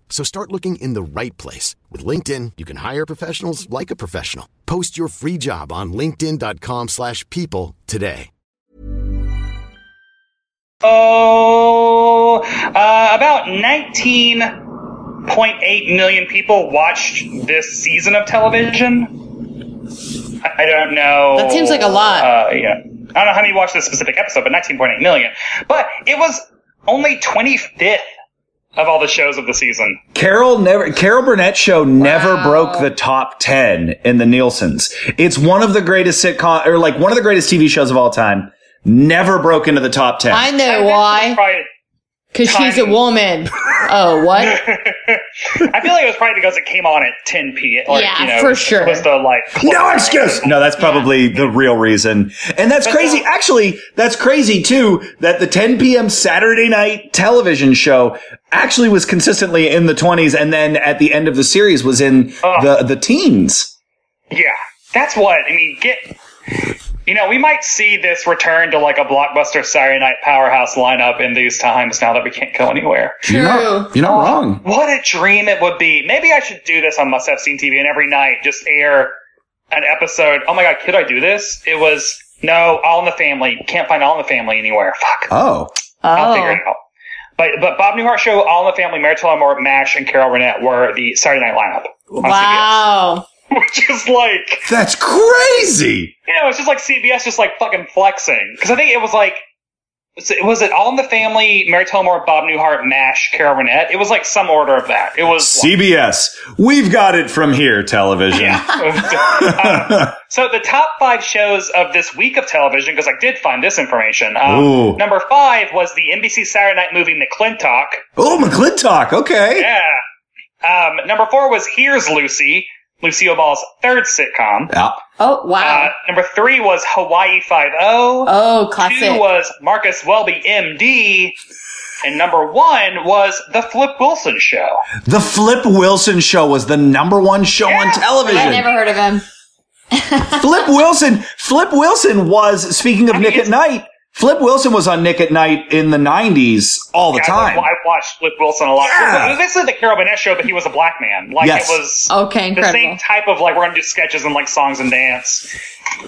Speaker 5: So start looking in the right place. With LinkedIn, you can hire professionals like a professional. Post your free job on linkedin.com/people slash people today.
Speaker 1: Oh, uh, about 19.8 million people watched this season of television. I I don't know.
Speaker 2: That seems like a lot.
Speaker 1: Uh, yeah. I don't know how many watched this specific episode, but 19.8 million. But it was only 25th of all the shows of the season.
Speaker 3: Carol never Carol Burnett show never broke the top 10 in the Nielsen's. It's one of the greatest sitcom or like one of the greatest TV shows of all time. Never broke into the top 10.
Speaker 2: I know
Speaker 1: I
Speaker 2: why.
Speaker 1: probably-
Speaker 2: Because she's a woman. Oh, what?
Speaker 1: I feel like it was probably because it came on at 10 p.m. Like,
Speaker 2: Yeah,
Speaker 1: you know,
Speaker 2: for
Speaker 1: it was
Speaker 2: sure.
Speaker 1: supposed to, like,
Speaker 3: no excuse. No, that's probably the real reason. And that's crazy. Actually, that's crazy too that the 10 p.m. Saturday night television show actually was consistently in the 20s and then at the end of the series was in
Speaker 2: Oh.
Speaker 3: the the teens.
Speaker 1: Yeah, that's what I mean. Get you know, we might see this return to like a blockbuster Saturday night powerhouse lineup in these times now that we can't go anywhere.
Speaker 3: You're not, you're not
Speaker 2: Oh.
Speaker 3: wrong.
Speaker 1: What a dream it would be. Maybe I should do this on Must Have Seen TV and every night just air an episode. Oh my god, could I do this? It was no All in the Family. Can't find All in the Family anywhere. Fuck.
Speaker 3: Oh.
Speaker 1: I'll figure it out. But but Bob Newhart show, All in the Family, Mary Tyler Moore, Mash, and Carol Burnett were the Saturday night lineup,
Speaker 2: Oh, Wow.
Speaker 1: which is like
Speaker 3: That's crazy.
Speaker 1: you know, it's just like CBS just like fucking flexing. Because I think it was like, was it, was it All in the Family, Mary Tyler Moore, Bob Newhart, Mash, Carol Burnett? It was like some order of that. It was. like-
Speaker 3: CBS, we've got it from here, television.
Speaker 1: Um, so the top five shows of this week of television, because I did find this information.
Speaker 3: Ooh.
Speaker 1: Um, number five was the NBC Saturday Night movie McClintock.
Speaker 3: Oh, McClintock. Okay.
Speaker 1: Yeah. Um, number four was Here's Lucy, Lucille Ball's third sitcom.
Speaker 3: Yeah.
Speaker 2: Oh,
Speaker 1: Uh,
Speaker 2: wow.
Speaker 1: number three was Hawaii Five O.
Speaker 2: Oh,
Speaker 1: Two
Speaker 2: classic.
Speaker 1: was Marcus Welby, MD. And number one was The Flip Wilson Show.
Speaker 3: The Flip Wilson show was the number one show on television.
Speaker 2: I never heard of him.
Speaker 3: Flip Wilson. Flip Wilson was, speaking of Nick at Night, Flip Wilson was on Nick at Night in the '90s all the
Speaker 1: I-
Speaker 3: time.
Speaker 1: I, watched Flip Wilson a lot.
Speaker 3: Yeah.
Speaker 1: It was basically the Carol Burnett show, but he was a black man. Like
Speaker 3: Yes.
Speaker 1: it was
Speaker 2: Okay,
Speaker 1: the
Speaker 2: incredible.
Speaker 1: same type of like we're gonna do sketches and like songs and dance.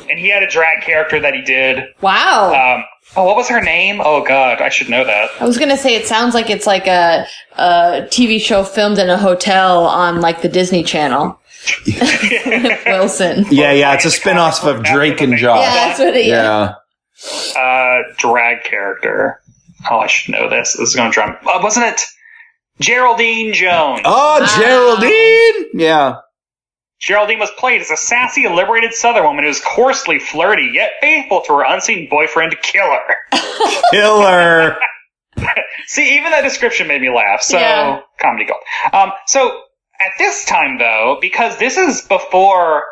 Speaker 1: And he had a drag character that he did.
Speaker 2: Wow.
Speaker 1: Um, oh, what was her name? Oh God, I should know that.
Speaker 2: I was gonna say it sounds like it's like a, a TV show filmed in a hotel on like the Disney Channel. Wilson.
Speaker 3: yeah, yeah, it's a spin-off of Drake and Josh.
Speaker 2: Yeah, that's what it is.
Speaker 3: Yeah.
Speaker 1: Uh, drag character. Oh, I should know this. This is gonna drum. Uh, wasn't it Geraldine Jones?
Speaker 3: Oh, Geraldine. Yeah.
Speaker 1: Geraldine was played as a sassy, liberated Southern woman who's coarsely flirty yet faithful to her unseen boyfriend, Killer.
Speaker 3: Killer.
Speaker 1: See, even that description made me laugh. So
Speaker 2: Yeah.
Speaker 1: comedy gold. Um, so at this time though, because this is before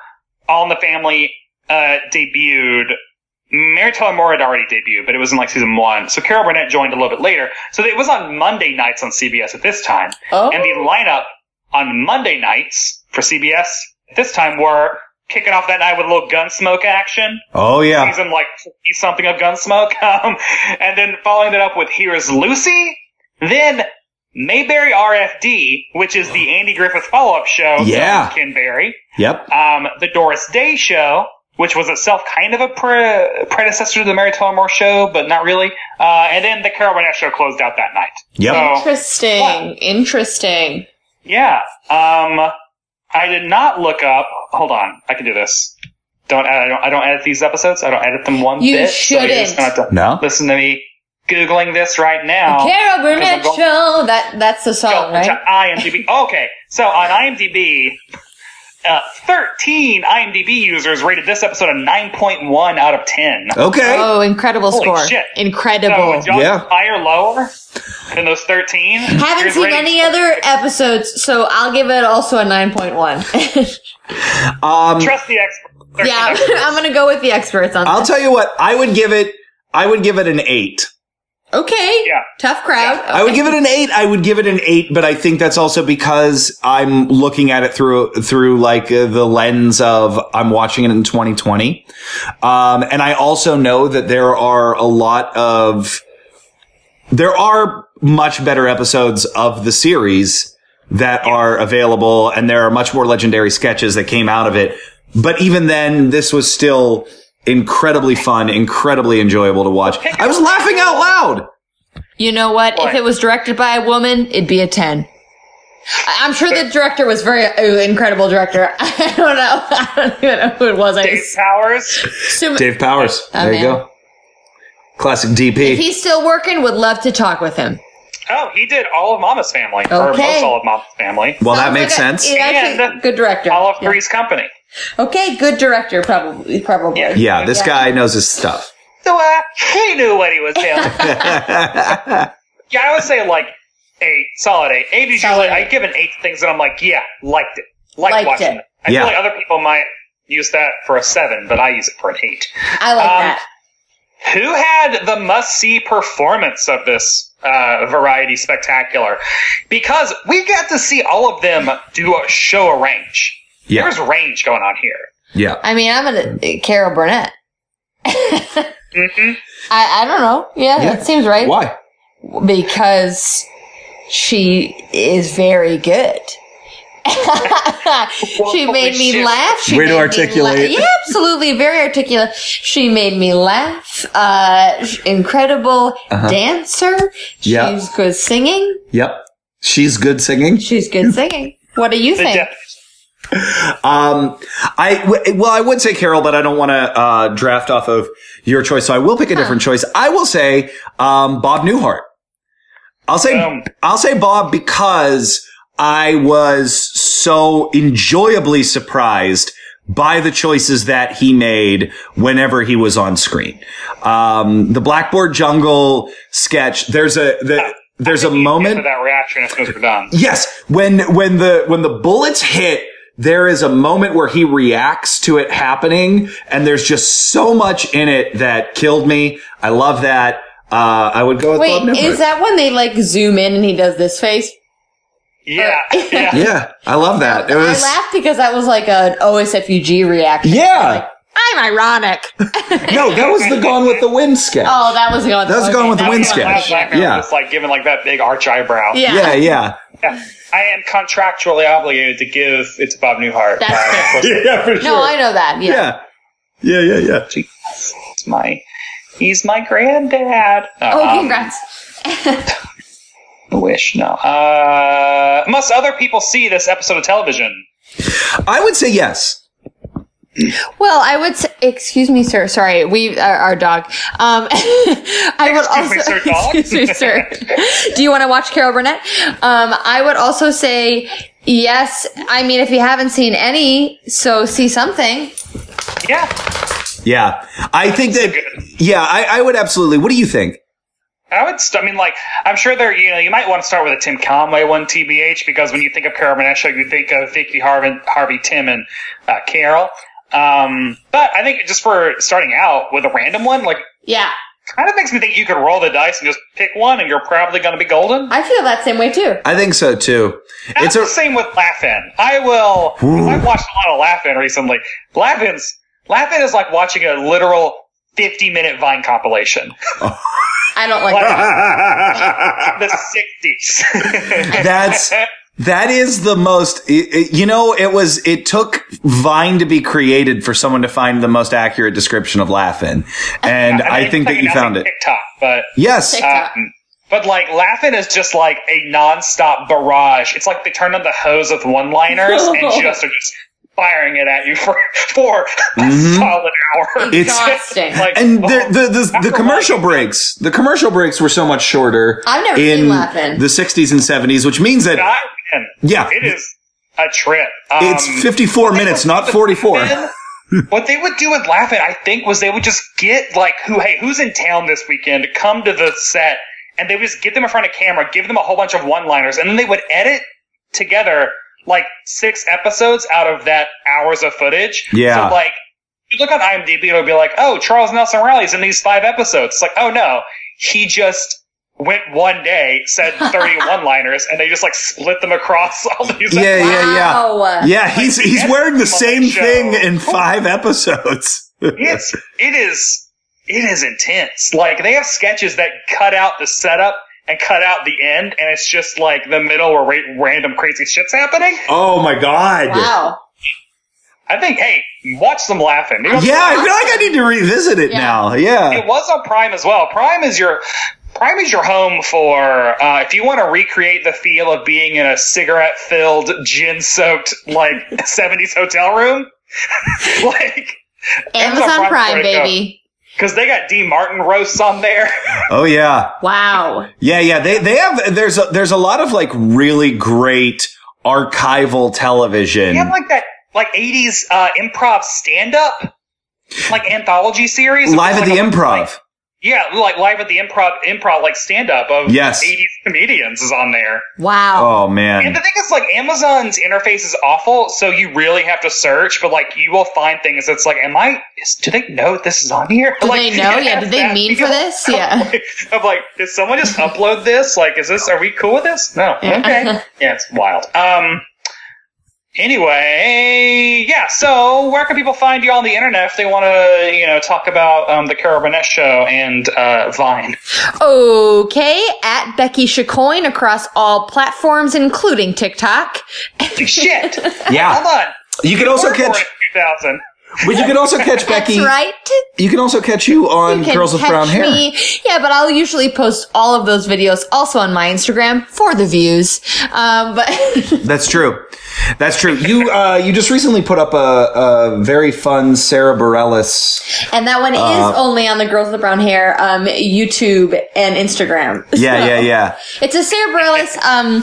Speaker 1: All in the Family uh, debuted, Mary Tyler Moore had already debuted, but it was in like season one. So Carol Burnett joined a little bit later. So it was on Monday nights on CBS at this time,
Speaker 2: Oh.
Speaker 1: and the lineup on Monday nights for CBS at this time were kicking off that night with a little gunsmoke action
Speaker 3: Oh yeah.
Speaker 1: season like 40 something of Gunsmoke, um, and then following that up with Here's Lucy, then Mayberry RFD, which is the Andy Griffith follow-up show,
Speaker 3: Yeah.
Speaker 1: starring Ken Berry,
Speaker 3: Yep.
Speaker 1: um, the Doris Day show, which was itself kind of a pre- predecessor to the Mary Tyler Moore show, but not really, uh, and then the Carol Burnett show closed out that night.
Speaker 3: Yep.
Speaker 1: So-
Speaker 2: Interesting.
Speaker 1: Wow.
Speaker 2: Interesting.
Speaker 1: Yeah. Um, I did not look up. Hold on, I can do this. Don't I don't I don't edit these episodes. I don't edit them one
Speaker 2: You
Speaker 1: bit. so you're just
Speaker 2: shouldn't.
Speaker 1: gonna have to
Speaker 3: No?
Speaker 1: Listen to me googling this right now.
Speaker 2: Carol Burnett
Speaker 1: Because I'm
Speaker 2: show. That that's the
Speaker 1: Go
Speaker 2: song, right?
Speaker 1: to IMDb. okay, so on IMDb. Uh, 13 IMDb users rated this episode a 9.1 out of 10.
Speaker 3: Okay.
Speaker 2: Oh, incredible
Speaker 1: Holy
Speaker 2: score!
Speaker 1: shit. So,
Speaker 2: Incredible.
Speaker 1: is y'all
Speaker 3: Yeah.
Speaker 1: higher, lower than those 13?
Speaker 2: Haven't seen any other episodes, so I'll give it also a nine point one.
Speaker 3: Um,
Speaker 1: Trust the expert. 13
Speaker 2: yeah,
Speaker 1: experts.
Speaker 2: I'm gonna go with the experts on
Speaker 3: I'll tell you what. I would give it. I would give it an eight.
Speaker 2: that. Okay.
Speaker 1: Yeah.
Speaker 2: Tough crowd.
Speaker 3: I would give it an eight. I would give it an eight, but I think that's also because I'm looking at it through through like uh, the lens of I'm watching it in 2020, um, and I also know that there are a lot of there are much better episodes of the series that are available, and there are much more legendary sketches that came out of it. But even then, this was still incredibly fun, incredibly enjoyable to watch. I was laughing out loud.
Speaker 2: You know what? If it was directed by a woman, it'd be a 10. I- I'm sure the director was very uh, incredible director. I don't know. I don't even know who it was. I
Speaker 1: Dave Powers.
Speaker 2: assume
Speaker 3: Dave Powers. there you
Speaker 2: Oh, man.
Speaker 3: go. Classic DP.
Speaker 2: he's still working. Would love to talk with him.
Speaker 1: Oh, he did all of Mama's Family, or
Speaker 2: Okay.
Speaker 1: most all of Mama's Family.
Speaker 3: Well, that
Speaker 2: Sounds
Speaker 3: makes
Speaker 2: like a-
Speaker 3: sense.
Speaker 2: yeah, actually,
Speaker 1: And
Speaker 2: good director.
Speaker 1: All of
Speaker 2: Yeah.
Speaker 1: Three's Company.
Speaker 2: Okay, good director, probably. Probably.
Speaker 1: Yeah.
Speaker 3: Yeah, this guy knows his stuff.
Speaker 1: So uh, he knew what he was doing. yeah, I would say like eight, solid eight. Eight is
Speaker 2: Solid
Speaker 1: usually I
Speaker 2: eight.
Speaker 1: give an eight to things that I'm like, yeah, liked it, liked,
Speaker 2: Liked
Speaker 1: watching
Speaker 2: it.
Speaker 1: it. I
Speaker 3: Yeah.
Speaker 1: feel like other people might use that for a seven, but I use it for an eight.
Speaker 2: I like
Speaker 1: Um,
Speaker 2: that.
Speaker 1: Who had the must see performance of this uh, variety spectacular? Because we got to see all of them do a show a range.
Speaker 3: Yeah.
Speaker 1: There's range going on here.
Speaker 3: Yeah.
Speaker 2: I mean, I'm gonna uh, Carol Burnett.
Speaker 1: Mm-hmm.
Speaker 2: I, I don't know. Yeah,
Speaker 3: Yeah.
Speaker 2: that seems right.
Speaker 3: Why?
Speaker 2: Because she is very good. she made me
Speaker 1: shit.
Speaker 2: laugh. She
Speaker 3: Way to
Speaker 2: made me
Speaker 3: articulate.
Speaker 2: la- yeah, absolutely, very articulate. She made me laugh. Uh, sh- incredible dancer. She's
Speaker 3: Uh-huh. Yeah.
Speaker 2: good singing.
Speaker 3: Yep. She's good singing.
Speaker 2: She's good singing. What do you
Speaker 1: The
Speaker 2: think?
Speaker 1: def-
Speaker 3: Um, I w- well, I would say Carol, but I don't want to uh, draft off of your choice, so I will pick a different choice. I will say um, Bob Newhart. I'll say
Speaker 1: Um.
Speaker 3: I'll say Bob because I was so enjoyably surprised by the choices that he made whenever he was on screen. Um, the Blackboard Jungle sketch. There's a the, there's a moment
Speaker 1: for that reaction as soon as we're done.
Speaker 3: Yes, when when the when the bullets hit, there is a moment where he reacts to it happening, and there's just so much in it that killed me. I love that. Uh, I would go with Bob
Speaker 2: Wait,
Speaker 3: Newhart.
Speaker 2: is that when they like zoom in and he does this face?
Speaker 1: Yeah, yeah.
Speaker 3: yeah, I love that. Uh, It was
Speaker 2: I laughed because that was like an OSFUG reaction.
Speaker 3: yeah,
Speaker 2: I'm ironic.
Speaker 3: No, that was the Gone with the Wind sketch.
Speaker 2: oh, that was going.
Speaker 3: That was Gone with the
Speaker 2: that
Speaker 3: Wind
Speaker 2: was going with
Speaker 3: sketch.
Speaker 2: the-
Speaker 3: Yeah.
Speaker 1: It's like giving like that big arch eyebrow.
Speaker 2: Yeah.
Speaker 3: yeah, yeah.
Speaker 1: Yeah. I am contractually obligated to give it to Bob Newhart.
Speaker 2: That's
Speaker 1: Uh, of course,
Speaker 3: Yeah, for
Speaker 2: No, I know that. Yeah.
Speaker 3: Yeah. Yeah, yeah, yeah.
Speaker 1: it's my he's my granddad. Uh,
Speaker 2: Oh,
Speaker 1: um,
Speaker 2: congrats.
Speaker 1: wish no. Uh, must other people see this episode of television?
Speaker 3: I would say yes.
Speaker 2: Well, I would. Say, excuse me, sir. Sorry, we our, our dog. Um, I would
Speaker 1: Excuse me,
Speaker 2: also.
Speaker 1: sir, dog?
Speaker 2: excuse me, sir. Do you want to watch Carol Burnett? Um, I would also say yes. I mean, if you haven't seen any, so see something.
Speaker 1: Yeah.
Speaker 3: Yeah. I think that, yeah, I, I would absolutely. What do you think?
Speaker 1: I would. St- I mean, like, I'm sure there. You know, you might want to start with a Tim Conway one, TBH, because when you think of Carol Burnett show, you think of Vicky Harvey, Harvey, Tim, and uh, Carol. Um, but I think just for starting out with a random one, like,
Speaker 2: Yeah,
Speaker 1: kind of makes me think you could roll the dice and just pick one, and you're probably going to be golden.
Speaker 2: I feel that same way too.
Speaker 3: I think so too.
Speaker 1: That's
Speaker 3: It's a,
Speaker 1: the same with Laugh-In. I will. I watched a lot of Laugh-In recently. Laugh-In's Laugh-In is like watching a literal 50 minute Vine compilation.
Speaker 2: I don't like.
Speaker 1: Like
Speaker 2: that.
Speaker 1: the 60s.
Speaker 3: That's that is the most. It, it- you know, it was. It took Vine to be created for someone to find the most accurate description of Laughing, and I think that you found it.
Speaker 1: TikTok, but um,
Speaker 3: Yes,
Speaker 2: TikTok.
Speaker 1: but like Laugh-In is just like a nonstop barrage. It's like they turn on the hose with one liners and just are just firing it at you for for a solid hour.
Speaker 3: it's-
Speaker 2: Exhausting.
Speaker 1: Like, oh,
Speaker 3: Mm-hmm. and the
Speaker 1: well,
Speaker 3: the, the, the
Speaker 1: after
Speaker 3: commercial
Speaker 1: watching-
Speaker 3: breaks. The commercial breaks were so much shorter.
Speaker 2: I've never
Speaker 3: in
Speaker 2: seen Laugh-In.
Speaker 3: the '60s and '70s, which means that
Speaker 1: I win.
Speaker 3: Yeah.
Speaker 1: it is a trip. Um,
Speaker 3: it's 54 minutes, not 44.
Speaker 1: what they would do with Laughing, I think, was they would just get like who, hey, who's in town this weekend? Come to the set, and they would just get them in front of camera, give them a whole bunch of one-liners, and then they would edit together like six episodes out of that hours of footage.
Speaker 3: Yeah.
Speaker 1: so like. You look on IMDb, it'll be like, "Oh, Charles Nelson Riley's in these five episodes." It's like, "Oh no, he just went one day, said thirty-one liners, and they just like split them across all these."
Speaker 3: Yeah,
Speaker 1: episodes."
Speaker 3: yeah, yeah.
Speaker 2: Wow.
Speaker 3: Yeah, he's he's wearing the same
Speaker 1: show.
Speaker 3: thing in five episodes.
Speaker 1: it's it is it is intense. Like they have sketches that cut out the setup and cut out the end, and it's just like the middle where ra- random crazy shit's happening.
Speaker 3: Oh my god.
Speaker 2: Wow.
Speaker 1: I think hey, watch them laughing. You know,
Speaker 3: Yeah, I feel like I need to revisit it
Speaker 2: Yeah.
Speaker 3: now. Yeah.
Speaker 1: it was on Prime as well. Prime is your Prime is your home for uh, if you want to recreate the feel of being in a cigarette-filled, gin-soaked like '70s hotel room, like.
Speaker 2: Amazon Prime,
Speaker 1: Prime's where to go.
Speaker 2: baby.
Speaker 1: Because they got D. Martin roasts on there.
Speaker 3: Oh yeah.
Speaker 2: Wow.
Speaker 3: Yeah, yeah. They they have there's a, there's a lot of like really great archival television.
Speaker 1: They have like that like eighties uh, improv stand up like anthology series.
Speaker 3: Live at
Speaker 1: Like
Speaker 3: the
Speaker 1: a-
Speaker 3: Improv.
Speaker 1: Yeah, like live at the improv improv like stand up of
Speaker 3: Yes.
Speaker 1: eighties comedians is on there.
Speaker 2: Wow.
Speaker 3: Oh
Speaker 1: um, And the
Speaker 3: man.
Speaker 1: thing is like Amazon's interface is awful, so you really have to search, but like you will find things that's like, Am I is, do they know this is on here?
Speaker 2: Do
Speaker 1: like,
Speaker 2: they know?
Speaker 1: you
Speaker 2: Yeah,
Speaker 1: ask
Speaker 2: did they
Speaker 1: that
Speaker 2: mean for
Speaker 1: people.
Speaker 2: this? Yeah.
Speaker 1: I'm like, did someone just upload this? Like, is this? Are we cool with this? No. Okay. yeah, it's wild. Um. Anyway, yeah. So, where can people find you on the internet if they want to, you know, talk about um, the Carol Burnett show and uh, Vine?
Speaker 2: Okay, at Becky Shacoin across all platforms, including TikTok.
Speaker 1: Shit.
Speaker 3: Yeah.
Speaker 1: Hold on.
Speaker 3: You can also
Speaker 1: Work for
Speaker 3: catch
Speaker 1: it, 2000.
Speaker 3: but you can also catch Becky.
Speaker 2: That's right.
Speaker 3: You can also catch you on
Speaker 2: You can
Speaker 3: Girls with
Speaker 2: catch
Speaker 3: Brown Hair.
Speaker 2: me. Yeah, but I'll usually post all of those videos also on my Instagram for the views. Um, but
Speaker 3: That's true. That's true. You uh you just recently put up a, a very fun Sarah Bareilles.
Speaker 2: and that one
Speaker 3: Uh,
Speaker 2: is only on the Girls with the Brown Hair um, YouTube and Instagram.
Speaker 3: Yeah,
Speaker 2: So-
Speaker 3: yeah, yeah.
Speaker 2: It's a Sarah Bareilles um,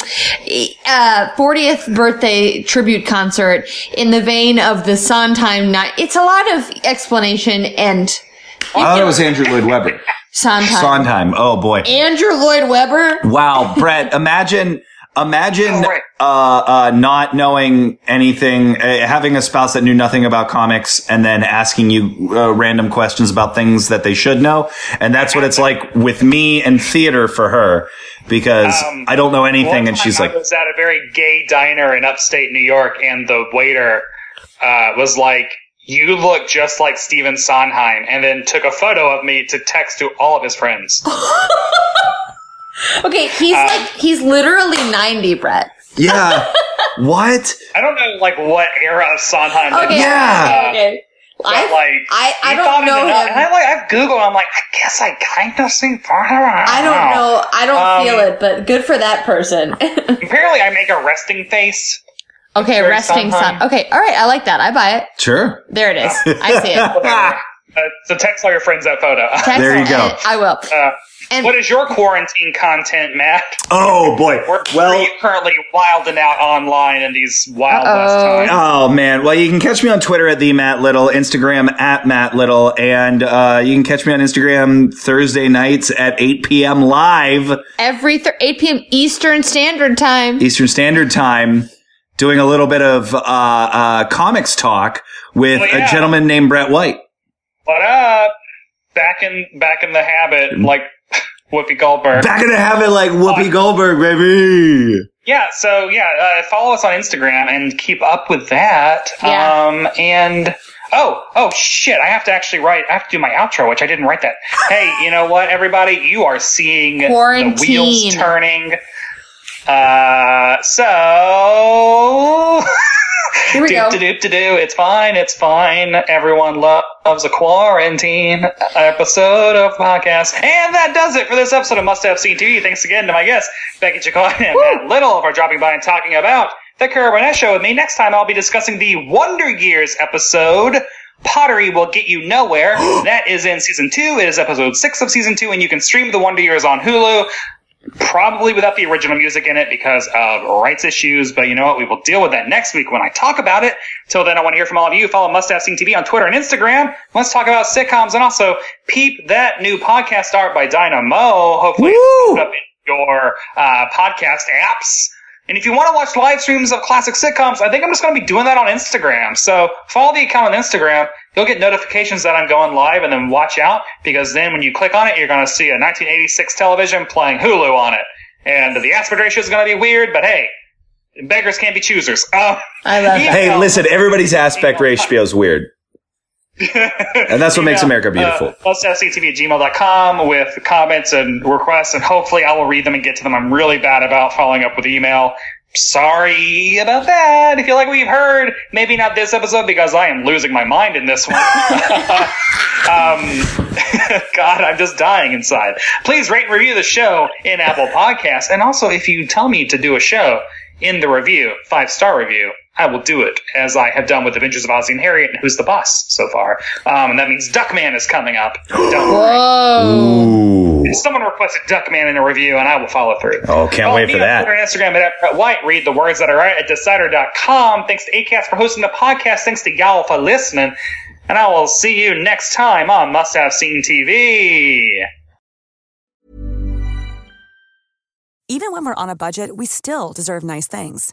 Speaker 2: uh, 40th birthday tribute concert in the vein of the Sondheim night. It's a lot of explanation and
Speaker 3: I thought Oh, it was Andrew Lloyd Webber.
Speaker 2: Sondheim.
Speaker 3: Sondheim. Oh boy.
Speaker 2: Andrew Lloyd Webber.
Speaker 3: Wow, Brett, imagine imagine
Speaker 1: Oh, right.
Speaker 3: uh, uh, not knowing anything, uh, having a spouse that knew nothing about comics and then asking you uh, random questions about things that they should know. And that's what it's like with me and theater for her because
Speaker 1: Um,
Speaker 3: I don't know anything
Speaker 1: One
Speaker 3: and she's
Speaker 1: time
Speaker 3: like,
Speaker 1: I was at a very gay diner in upstate New York, and the waiter uh, was like, you look just like Steven Sondheim, and then took a photo of me to text to all of his friends.
Speaker 2: Okay, he's
Speaker 1: Uh,
Speaker 2: like he's literally ninety, Brett.
Speaker 3: Yeah. what?
Speaker 1: I don't know, like, what era of Sondheim. that
Speaker 2: Okay,
Speaker 1: you-
Speaker 3: Yeah.
Speaker 2: okay.
Speaker 1: but,
Speaker 2: I
Speaker 1: like,
Speaker 2: I, I
Speaker 1: you
Speaker 2: don't
Speaker 1: thought
Speaker 2: know
Speaker 1: it enough- And I,
Speaker 2: him.
Speaker 1: like, I've Googled, I'm like, I guess I kind of see
Speaker 2: I
Speaker 1: I
Speaker 2: don't know. I don't
Speaker 1: Um,
Speaker 2: feel it, but good for that person.
Speaker 1: Apparently, I make a resting face.
Speaker 2: okay,
Speaker 1: very
Speaker 2: resting sun.
Speaker 1: Sondheim.
Speaker 2: Okay, all right. I like that. I buy it.
Speaker 3: Sure.
Speaker 2: There it is. I see it.
Speaker 1: Whatever. uh, so text all your friends that photo.
Speaker 2: Ah. Text
Speaker 3: There you
Speaker 2: it.
Speaker 3: go.
Speaker 2: I will.
Speaker 1: Uh,
Speaker 2: And-
Speaker 1: what is your quarantine content, Matt?
Speaker 3: Oh boy.
Speaker 1: We're
Speaker 3: Well,
Speaker 1: pretty currently wilding out online in these wild west times.
Speaker 3: Oh man! Well, you can catch me on Twitter at the Matt Little, Instagram at Matt Little, and uh, you can catch me on Instagram Thursday nights at 8 p.m. live
Speaker 2: Every th- eight p.m. Eastern Standard Time.
Speaker 3: Eastern Standard Time, doing a little bit of uh, uh, comics talk with
Speaker 1: Oh, yeah.
Speaker 3: a gentleman named Brett White.
Speaker 1: What up? uh, Back in back in the habit, like Whoopi Goldberg.
Speaker 3: Mm-hmm. Back in the habit, like Whoopi Goldberg, baby.
Speaker 1: Yeah, so yeah, uh, follow us on Instagram and keep up with that.
Speaker 2: Yeah.
Speaker 1: Um, and oh, oh shit, I have to actually write. I have to do my outro, which I didn't write that. hey, you know what, everybody, you are seeing the
Speaker 2: Quarantine.
Speaker 1: wheels turning. Uh, so
Speaker 2: Here we go.
Speaker 1: do, do, do, do. It's fine. It's fine. Everyone lo- loves a quarantine episode of podcast. And that does it for this episode of Must Have Seen TV. Thanks again to my guests, Becky Chacon and Matt Little, for dropping by and talking about The Curb Burnett Show with me. Next time, I'll be discussing the Wonder Years episode. Pottery will get you nowhere. that is in season two. It is episode six of season two, and you can stream the Wonder Years on Hulu probably without the original music in it because of rights issues. But you know what? We will deal with that next week when I talk about it. Till then, I want to hear from all of you. Follow Must Have Seen TV on Twitter and Instagram. Let's talk about sitcoms and also peep that new podcast art by Dynamo. Hopefully, it's put up in your uh, podcast apps. And if you want to watch live streams of classic sitcoms, I think I'm just going to be doing that on Instagram. So follow the account on Instagram. You'll get notifications that I'm going live and then watch out because then when you click on it, you're going to see a 1986 television playing Hulu on it. And the aspect ratio is going to be weird, but hey, beggars can't be choosers. Uh,
Speaker 2: I love that.
Speaker 3: Hey, listen, everybody's aspect ratio is weird, and that's what makes America beautiful.
Speaker 1: Plus FCTV at gmail.com with comments and requests, and hopefully I will read them and get to them. I'm really bad about following up with email. Sorry about that. If you like what you've heard, maybe not this episode because I am losing my mind in this one. um, God, I'm just dying inside. Please rate and review the show in Apple Podcasts. And also, if you tell me to do a show in the review, five star review, I will do it, as I have done with Adventures of Ozzy and Harriet and Who's the Boss so far. Um, and that means Duckman is coming up. Don't worry.
Speaker 2: Whoa.
Speaker 3: Ooh.
Speaker 1: Someone requested Duckman in a review, and I will follow through.
Speaker 3: Oh, can't
Speaker 1: Follow
Speaker 3: wait
Speaker 1: me
Speaker 3: for
Speaker 1: on
Speaker 3: that.
Speaker 1: Twitter and Instagram at Brett White. Read the words that are right at decider.com. Thanks to ACAST for hosting the podcast. Thanks to y'all for listening. And I will see you next time on Must Have Seen TV.
Speaker 4: Even when we're on a budget, we still deserve nice things.